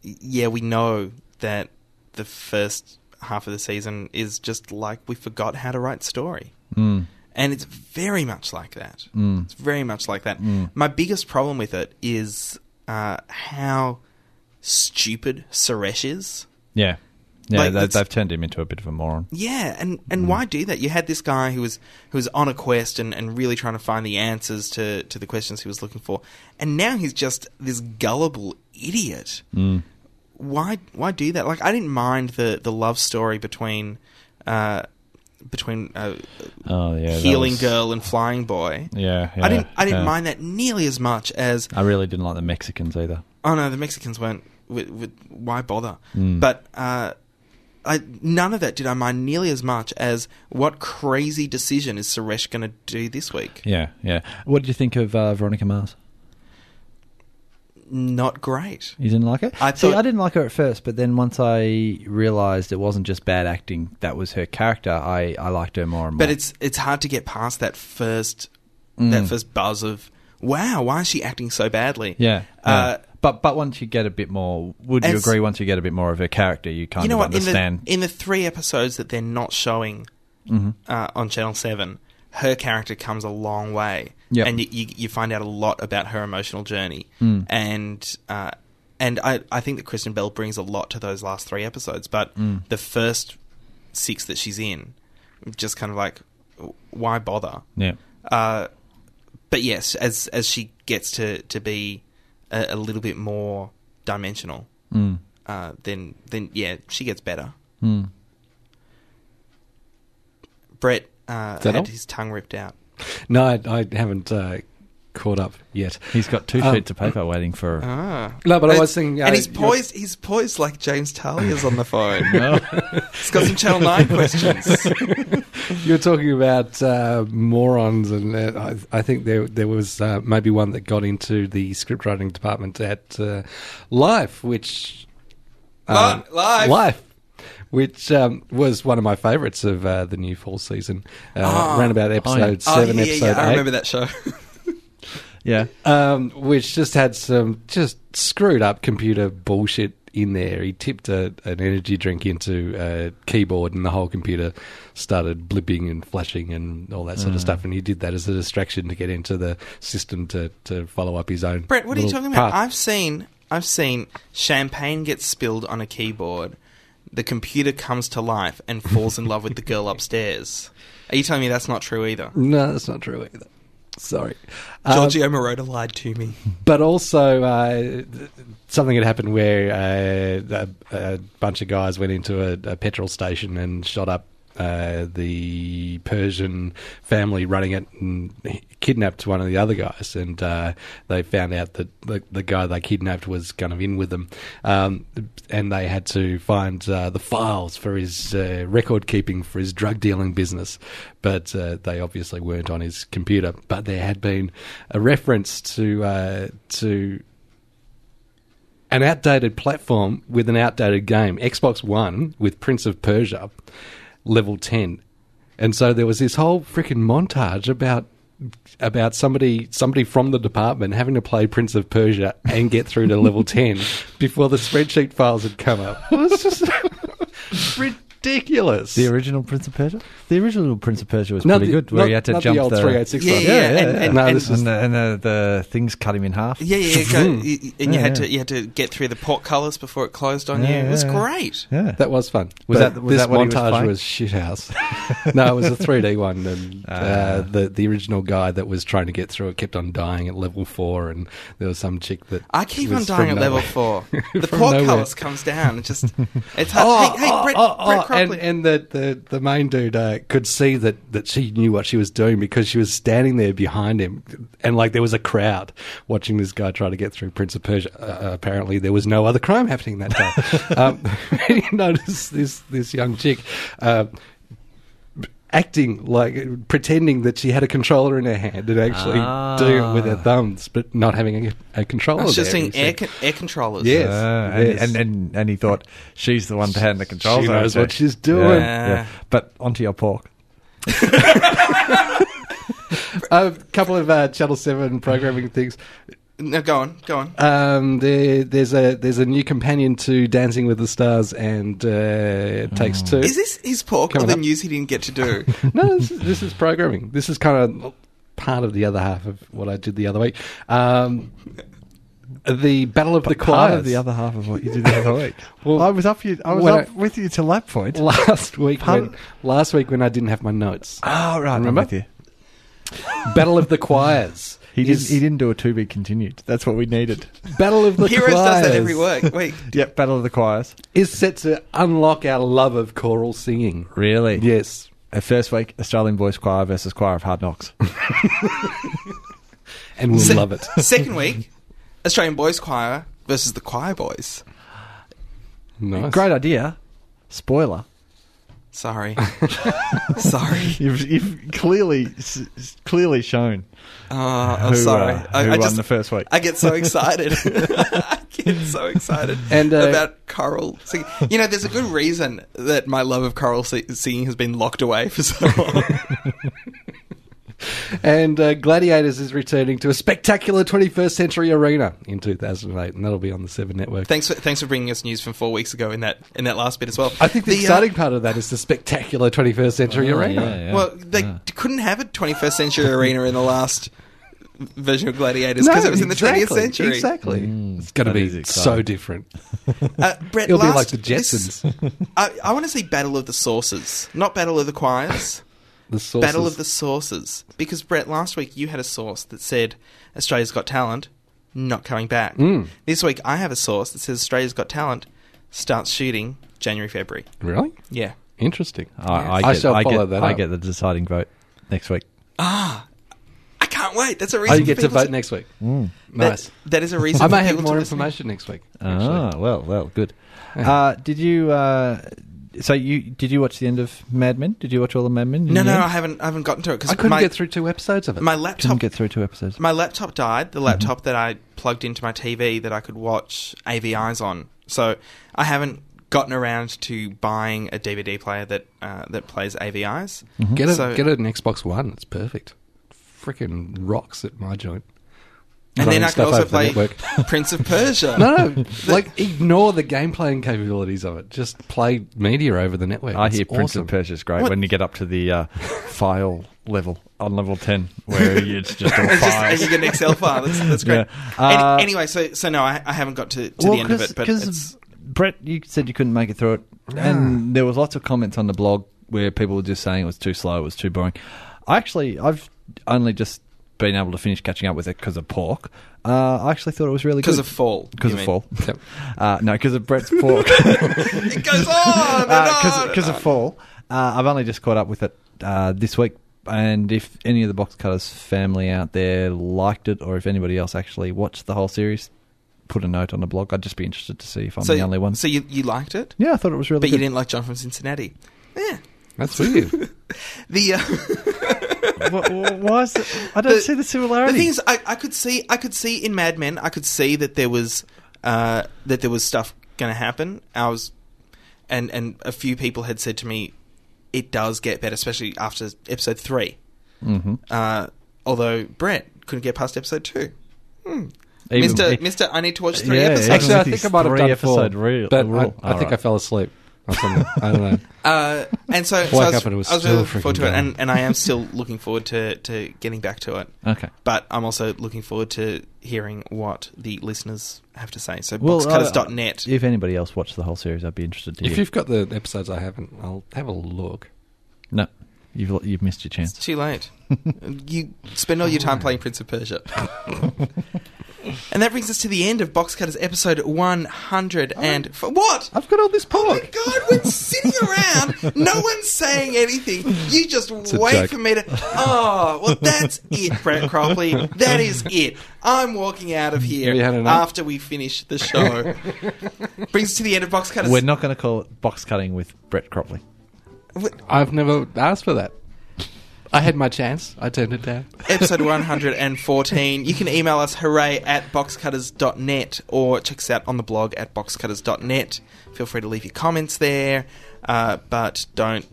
S2: y- yeah, we know that the first half of the season is just like we forgot how to write story.
S3: on. Mm.
S2: And it's very much like that. It's very much like that.
S3: Mm.
S2: My biggest problem with it is uh, how stupid Suresh is.
S3: Yeah, yeah,
S2: Like,
S3: they,
S2: it's-
S3: they've turned him into a bit of a moron.
S2: Yeah, and,
S3: Mm-hmm.
S2: and why do that? You had this guy who was who was on a quest and, and really trying to find the answers to, to the questions he was looking for, and now he's just this gullible idiot.
S3: Mm.
S2: Why why do that? Like I didn't mind the, the love story between uh, between uh,
S3: Oh yeah, that
S2: healing
S3: was-
S2: girl and flying boy.
S3: Yeah,
S2: I didn't
S3: yeah,
S2: I didn't
S3: yeah.
S2: mind that nearly as much as
S3: I really didn't like the Mexicans either.
S2: Oh no, the Mexicans weren't. With, with, why bother?
S3: Hmm.
S2: But uh, I, none of that did I mind nearly as much as what crazy decision is Suresh going to do this week?
S3: Yeah, yeah. What did you think of uh, Veronica Mars?
S2: Not great.
S3: You didn't like it?
S2: I
S3: See,
S2: thought-
S3: I didn't like her at first, but then once I realised it wasn't just bad acting, that was her character, I, I liked her more and more.
S2: But it's it's hard to get past that first
S3: Hmm.
S2: that first buzz of wow, why is she acting so badly?
S3: Yeah.
S2: Uh,
S3: yeah. but but once you get a bit more, would you
S2: As-
S3: agree? Once you get a bit more of her character, you kind
S2: you know
S3: of
S2: what? In the
S3: understand.
S2: in the three episodes that they're not showing
S3: Mm-hmm.
S2: uh, on Channel Seven, her character comes a long way,
S3: Yep. Mm.
S2: and you, you you find out a lot about her emotional journey, and uh, and I I think that Kristen Bell brings a lot to those last three episodes, but
S3: Mm.
S2: the first six that she's in, just kind of like, why bother?
S3: yeah.
S2: Uh, but yes, as as she gets to to be a, a little bit more dimensional,
S1: Mm.
S2: uh, then then yeah, she gets better. Brett uh,
S1: that
S2: had
S1: all?
S2: his tongue ripped out.
S1: No, I, I haven't uh, caught up yet.
S3: He's got two
S1: Um,
S3: sheets of paper waiting for.
S1: No, but I
S2: It's-
S1: was thinking. Uh,
S2: and he's
S1: you're-
S2: poised. He's poised like James Talia's on the phone. he's got some Channel Nine questions.
S1: You're talking about uh, morons, and uh, I, I think there there was uh, maybe one that got into the scriptwriting department at uh, Life, which Um, uh,
S2: Li- Life!
S1: which um, was one of my favourites of uh, the new fall season. Uh,
S2: Ah.
S1: around about episode
S2: Oh,
S1: seven,
S2: yeah, yeah,
S1: episode
S2: yeah, I
S1: eight.
S2: remember that show.
S3: Yeah.
S1: um, which just had some just screwed up computer bullshit in there. He tipped a, an energy drink into a keyboard, and the whole computer started blipping and flashing and all that sort
S2: Mm.
S1: of stuff. And he did that as a distraction to get into the system to, to follow up his own.
S2: Brett, what are you
S1: little
S2: talking about?
S1: path.
S2: I've seen I've seen champagne get spilled on a keyboard. The computer comes to life and falls in love with the girl upstairs. Are you telling me that's not true either?
S1: No, that's not true either. Sorry. Um,
S2: Giorgio Moroder lied to me.
S1: but also uh, th- something had happened where uh, a, a bunch of guys went into a, a petrol station and shot up uh, the Persian family running it and kidnapped one of the other guys, and uh, they found out that the, the guy they kidnapped was kind of in with them, um, and they had to find uh, the files for his uh, record keeping for his drug dealing business, but uh, they obviously weren't on his computer. But there had been a reference to uh, to an outdated platform with an outdated game, Xbox One with Prince of Persia, level 10. And so there was this whole freaking montage about about somebody somebody from the department having to play Prince of Persia and get through to level 10 before the spreadsheet files had come up. It was just ridiculous.
S5: The original Prince of Persia? The original Prince of Persia was
S1: Not
S5: pretty
S1: the-
S5: good, where
S1: not-
S5: he had to
S1: not the
S5: jump
S1: old 386 Yeah, one.
S5: yeah,
S1: yeah,
S5: yeah,
S1: and- and- No,
S5: and,
S1: this is-
S5: the, and the, the things cut him in half.
S2: Yeah, yeah, yeah. Go, y- y- and
S5: Yeah,
S2: you had
S5: yeah.
S2: to you had to get through the portcullis before it closed on
S5: Yeah,
S2: you. It was
S5: yeah, yeah.
S2: great.
S5: Yeah.
S1: That was fun.
S5: Was
S1: But
S5: that- was
S1: this
S5: that what he was
S1: montage
S5: playing?
S1: was shithouse? no, it was a 3D one, and uh, the the original guy that was trying to get through it kept on dying at level four, and there was some chick that
S2: I keep on
S1: was
S2: dying at
S1: from
S2: level
S1: nowhere.
S2: four. The
S1: From nowhere.
S2: portcullis comes down. It just it's hard.
S1: Oh,
S2: hey, hey,
S1: oh,
S2: Brett,
S1: oh, oh,
S2: Brett Cropley.
S1: and and the, the, the main dude uh, could see that, that she knew what she was doing because she was standing there behind him, and like there was a crowd watching this guy try to get through Prince of Persia. Uh, apparently, there was no other crime happening that day. um, he noticed this this young chick. Uh, acting like pretending that she had a controller in her hand and actually doing it with her thumbs, but not having a, a controller.
S2: Ah. I was just
S1: oh, there.
S2: seeing
S1: He
S2: air,
S1: said,
S2: con- air controllers.
S1: Yes.
S5: Ah, and,
S1: Yes.
S5: And, and and he thought she's the one to hand the controls.
S1: She
S5: over
S1: knows
S5: to."
S1: what she's doing.
S5: Yeah, yeah. But onto your pork.
S1: a couple of uh, Channel Seven programming things.
S2: No, go on, go on.
S1: Um, there, there's a there's a new companion to Dancing with the Stars and uh, it Takes Two.
S2: Is this his pork or
S1: Coming
S2: the
S1: up.
S2: news he didn't get to do?
S1: no, this is, this is programming. This is kind of part of the other half of what I did the other week. Um, the Battle of the
S5: Part
S1: Choirs.
S5: of the other half of what you did the other week.
S1: Well,
S5: I was up you. I was
S1: when
S5: up
S1: I-
S5: with you till that point.
S1: last week.
S5: Pardon?
S1: When, last week when I didn't have my notes.
S5: Oh right,
S1: Remember?
S5: I'm with you.
S1: Battle of the Choirs.
S5: He
S1: is-
S5: didn't. He didn't do a to be continued. That's what we needed.
S1: Battle of the
S2: Heroes does
S1: Choirs
S2: that every week. Wait,
S5: yep, Battle of the Choirs.
S1: is set to unlock our love of choral singing.
S5: Really? Yeah.
S1: Yes.
S5: Uh, First week, Australian Voice Choir versus Choir of Hard Knocks.
S1: And we'll
S2: Se-
S1: love it.
S2: Second week, Australian Boys Choir versus the Choir Boys.
S1: Nice.
S5: Great idea. Spoiler.
S2: Sorry, sorry.
S5: You've, you've clearly s- s- clearly shown.
S2: Oh, I'm
S5: Who, uh,
S2: sorry. I,
S5: who
S2: I
S5: won
S2: just
S5: the first week?
S2: I get so excited. I get so excited
S1: And, uh,
S2: about choral singing. You know, there's a good reason that my love of choral si- singing has been locked away for so long.
S1: And uh, Gladiators is returning to a spectacular 21st century arena in 2008, and that'll be on the Seven Network.
S2: thanks for thanks for bringing us news from four weeks ago in that in that last bit as well.
S1: I think the,
S2: uh, Oh,
S1: exciting part of that is the spectacular 21st century
S5: Oh,
S1: arena.
S2: Well, they
S1: Ah.
S2: couldn't have a 21st century arena in the last version of Gladiators because it was in the 20th
S1: exactly,
S2: century. Mm,
S1: Exactly. it's going to
S5: that is
S1: be
S5: exciting.
S1: so different.
S2: Uh, Brett,
S1: It'll
S2: last-
S1: be like the
S2: this-
S1: Jetsons.
S2: I, I want to see Battle of the Sources, not Battle of the Choirs.
S1: the sources.
S2: Battle of the Sources. Because, Brett, last week you had a source that said Australia's Got Talent, not coming back.
S1: Mm.
S2: This week I have a source that says Australia's Got Talent starts shooting January, February.
S1: Really?
S2: Yeah.
S1: Interesting.
S2: Oh,
S5: I, I,
S1: I
S5: get,
S1: shall
S5: I
S1: follow
S5: get,
S1: that
S5: I
S1: up.
S5: get the deciding vote next week.
S2: I can't wait. That's a
S1: Oh,
S2: reason
S1: you get
S2: for
S1: to
S2: people Mm.
S1: vote next week.
S2: that-
S1: Nice.
S2: that is a reason
S1: I
S2: for
S1: may have
S2: people Uh, to
S1: more
S2: listen.
S1: information next week.
S5: Ah, well, well, good. Uh, did you? Uh, so you did you watch the end of Mad Men? Did you watch all of Mad Men? in
S2: No,
S5: the
S2: no,
S5: end?
S2: I haven't. I haven't gotten to it because
S1: I couldn't
S2: my,
S1: get through two episodes of it.
S2: my
S5: couldn't
S2: laptop.
S5: get through two episodes.
S2: My laptop died.
S3: Mm-hmm.
S2: The laptop that I plugged into my TV that I could watch AVIs on. So I haven't gotten around to buying a DVD player that uh, that plays AVIs.
S3: Mm-hmm.
S1: Get a,
S2: So-
S1: get an Xbox One. It's perfect. Freaking rocks at my joint.
S2: And
S1: running
S2: then I can
S1: stuff
S2: also
S1: over the
S2: play
S1: network.
S2: Prince of Persia.
S1: No, no, like ignore the game playing capabilities of it. Just play media over the network.
S3: I
S1: It's
S3: hear Prince
S1: awesome.
S3: of Persia is great
S2: What?
S3: when you get up to the uh, file level on level 10, where it's just all
S2: It's just, and
S3: files.
S2: you get an Excel file. That's, that's great.
S3: Yeah.
S2: Any-
S3: Uh,
S2: anyway, so so no, I, I haven't got to, to the end of it, but it's,
S3: Brett, you said you couldn't make it through it, and there was lots of comments on the blog where people were just saying it was too slow, it was too boring. I actually, I've only just been able to finish catching up with it because of pork. Uh, I actually thought it was really good
S2: 'Cause of fall,
S3: Because
S2: you
S3: of
S2: mean.
S3: fall. Uh, no, because of Brett's pork.
S2: it goes on and on. and
S3: because Uh, of
S2: on.
S3: fall. Uh, I've only just caught up with it uh, this week, and if any of the box cutters family out there liked it, or if anybody else actually watched the whole series, put a note on the blog. I'd just be interested to see if I'm
S2: so,
S3: the only one.
S2: So you, you liked it,
S3: yeah, I thought it was really
S2: but
S3: good.
S2: you didn't like John from Cincinnati. Yeah.
S1: That's weird.
S2: The uh,
S3: Wh- wh- Why is it? I don't
S2: The-
S3: see the
S2: the
S3: similarity.
S2: thing is, I, I could see I could see in Mad Men, I could see that there was uh, that there was stuff going to happen. I was, and and a few people had said to me, it does get better, especially after episode three.
S3: Mhm.
S2: Uh, although Brett couldn't get past episode two.
S3: Even-
S2: Mister,
S3: it-
S2: Mister, I need to watch three
S3: Yeah,
S2: episodes.
S3: yeah.
S1: Actually, I
S3: These
S1: think I might have
S3: three
S1: done
S3: episode
S1: four,
S3: rule-
S1: but I,
S3: rule.
S1: I think I
S3: Alright.
S1: fell asleep or something. I don't know.
S2: Uh, and so, so
S1: Woke
S2: I was,
S1: up and it was
S2: I was
S1: still
S2: really looking forward
S1: freaking
S2: to it,
S1: going.
S2: and, and I am still looking forward to, to getting back to it.
S3: Okay.
S2: But I'm also looking forward to hearing what the listeners have to say. So
S3: Well, uh,
S2: boxcutters.net.
S3: If anybody else watched the whole series, I'd be interested to
S1: If
S3: hear.
S1: you've got the episodes I haven't, I'll have a look.
S3: no, you've you've missed your chance.
S2: it's too late. you spend all your time playing Prince of Persia. and that brings us to the end of Box Cutters episode 104. What?
S1: I've got all this
S2: Oh my
S1: pork.
S2: god, we're sitting around. No one's saying anything. You just
S1: a
S2: wait
S1: joke.
S2: for me to. Oh, well, that's it, Brett Cropley. That is it. I'm walking out of here
S1: We had enough.
S2: after we finish the show. Brings us to the end of Box Cutters.
S3: We're not going to call it box cutting with Brett Cropley.
S1: I've never asked for that. I had my chance. I turned it down.
S2: episode 114. You can email us hooray at boxcutters.net or check us out on the blog at boxcutters.net. Feel free to leave your comments there, uh, but don't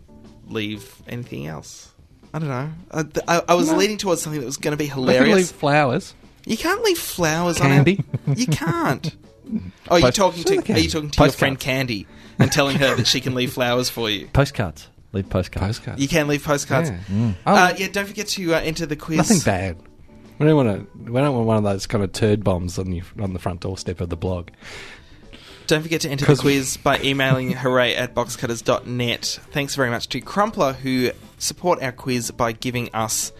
S2: leave anything else. I don't know. I, th- I, I was leading towards something that was going to be
S1: I can leave
S2: hilarious.
S1: flowers.
S2: you can't leave flowers
S1: Candy.
S2: on it. You can't. Oh, you're talking
S1: Sure
S2: to
S1: they
S2: are you
S1: can.
S2: talking to your friend Candy and telling her that she can leave flowers for you?
S3: Postcards. Leave postcards.
S1: Postcards.
S2: You can leave postcards.
S1: Yeah. mm. Oh.
S2: Uh, yeah, don't forget to uh, enter the quiz.
S1: Nothing bad. We don't want to. We don't want one of those kind of turd bombs on you on the front doorstep of the blog.
S2: Don't forget to enter the quiz by emailing hooray at boxcutters.net. Thanks very much to Crumpler, who support our quiz by giving us,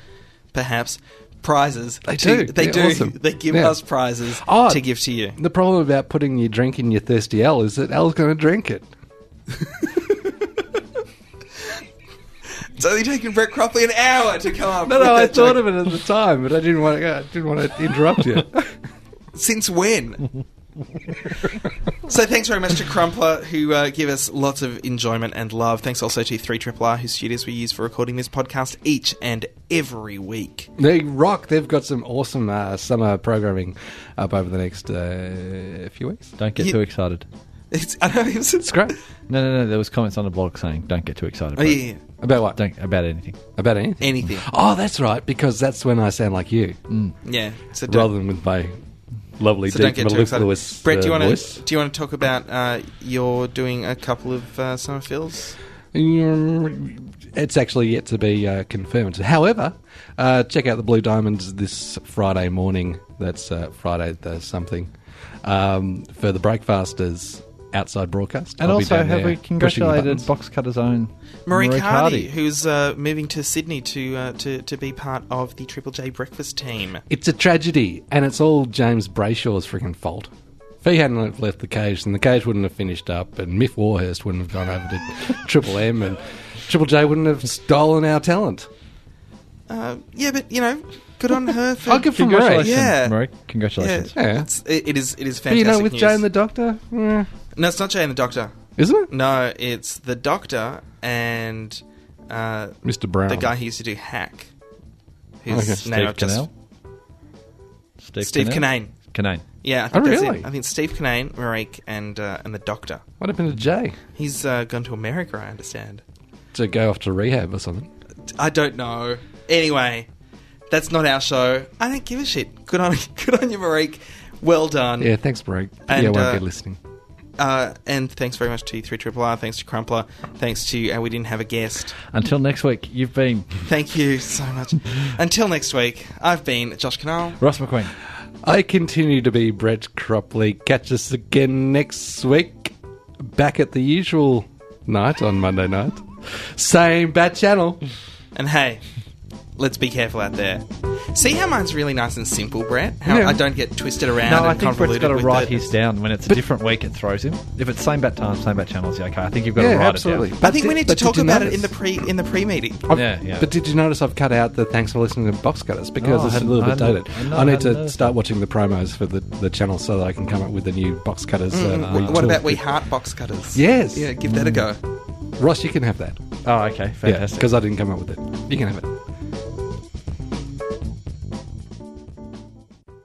S2: perhaps, prizes. They
S1: do.
S2: They
S1: Yeah,
S2: do.
S1: awesome.
S2: They give
S1: Yeah.
S2: us prizes
S1: Oh.
S2: to give to you.
S1: The problem about putting your drink in your thirsty L is that L's going to drink it.
S2: It's only taken Brett Cropley an hour to come up.
S1: No, no, I thought of it at the time, but I didn't want to. I didn't want to interrupt you.
S2: Since when? so thanks very much to Crumpler, who uh, give us lots of enjoyment and love. Thanks also to 3 R, whose studios we use for recording this podcast each and every week.
S1: They rock. They've got some awesome uh, summer programming up over the next uh, few weeks.
S3: Don't get
S2: You-
S3: too excited.
S2: It's, I know, it's,
S1: It's great.
S3: No, no, no. There was comments on the blog saying, "Don't get too excited."
S2: Oh,
S3: Brett.
S2: yeah.
S1: About what?
S3: Don't about anything.
S1: About anything.
S2: Anything.
S1: Oh, that's right, because that's when I sound like you,
S2: Yeah. So don't-
S1: rather than with my lovely
S2: So
S1: deep
S2: don't get too excited.
S1: mellifluous
S2: Brett, do you
S1: uh,
S2: want
S1: voice.
S2: to do you want to talk about uh, your doing a couple of uh, summer fills?
S1: It's actually yet to be uh, confirmed. However, uh, check out the Blue Diamonds this Friday morning. That's uh, Friday the something um, for the Breakfasters outside broadcast.
S3: And
S1: I'll be
S3: also,
S1: down
S3: have
S1: there
S3: we
S1: pushing the
S3: congratulated
S1: buttons.
S3: Box Cutter's own
S2: Marie, Cardi,
S3: Cardi?
S2: who's uh, moving to Sydney to, uh, to to be part of the Triple J breakfast team.
S1: It's a tragedy, and it's all James Brayshaw's freaking fault. If he hadn't have left the cage, then the cage wouldn't have finished up, and Miff Warhurst wouldn't have gone over to Triple M, and Triple J wouldn't have stolen our talent.
S2: Uh, yeah, but you know, good on her. For,
S1: I'll give her
S3: Congratulations,
S1: Marie.
S2: Yeah.
S3: Marie.
S2: yeah,
S3: Congratulations.
S1: Yeah.
S2: It's, it, it is it is
S1: But
S2: fantastic.
S1: you know, with
S2: news.
S1: Jane the Doctor, eh,
S2: no, it's not Jane the Doctor.
S1: isn't it?
S2: No, it's the Doctor and uh,
S1: Mr. Brown.
S2: the guy who used to do Hack. Whose
S1: Oh. Okay.
S2: name I've
S3: Steve
S2: just-
S3: Canale. Steve,
S2: Steve Canane.
S3: Canane.
S2: Yeah, I think
S1: Oh,
S2: that's
S1: really?
S2: it. I think Steve Canane, Marique, and uh, and the Doctor.
S1: What happened to Jay?
S2: He's uh, gone to America, I understand.
S1: To go off to rehab or something.
S2: I don't know. Anyway, That's not our show. I don't give a shit. Good on, good on you, Marique. Well done.
S1: Yeah, thanks, Marek.
S2: And,
S1: yeah, won't
S2: uh,
S1: be listening.
S2: Uh, and thanks very much to 3RRR. Thanks to Crumpler. Thanks to. Uh, we didn't have a guest.
S3: Until next week, you've been
S2: Thank you so much. Until next week, I've been Josh Canal.
S3: Ross McQueen.
S1: I continue to be Brett Cropley. Catch us again next week, back at the usual night on Monday night. Same bat channel.
S2: And hey, let's be careful out there. See how mine's really nice and simple, Brett? How
S3: Yeah.
S2: I don't get twisted around
S3: No,
S2: and
S3: I think Brett's
S2: convoluted
S3: got to
S2: with
S3: write
S2: it.
S3: his down when it's a different week. It throws him. If it's same bat time, same bat channels, yeah, okay. I think you've got
S1: Yeah,
S3: to write
S1: absolutely.
S3: it down.
S1: But
S2: I think we
S1: did-
S2: need to
S1: but did
S2: talk
S1: you
S2: about
S1: notice-
S2: it in the pre in the pre meeting.
S1: I've-
S3: Yeah, yeah.
S1: But did you notice I've cut out the thanks for listening to box cutters because
S3: Oh, I
S1: it's a
S3: hadn't-
S1: little
S3: I
S1: bit
S3: hadn't-
S1: dated.
S3: I hadn't-
S1: I need
S3: I hadn't
S1: to
S3: noticed
S1: start watching the promos for the, the channel so that I can come up with a new box cutters. Uh,
S2: Mm, What-
S1: retool.
S2: What about we heart box cutters?
S1: Yes.
S2: Yeah, give that a go.
S1: Ross? You can have that.
S3: Oh, okay,
S1: Yeah,
S3: fantastic.
S1: because I didn't come up with it. You can have it.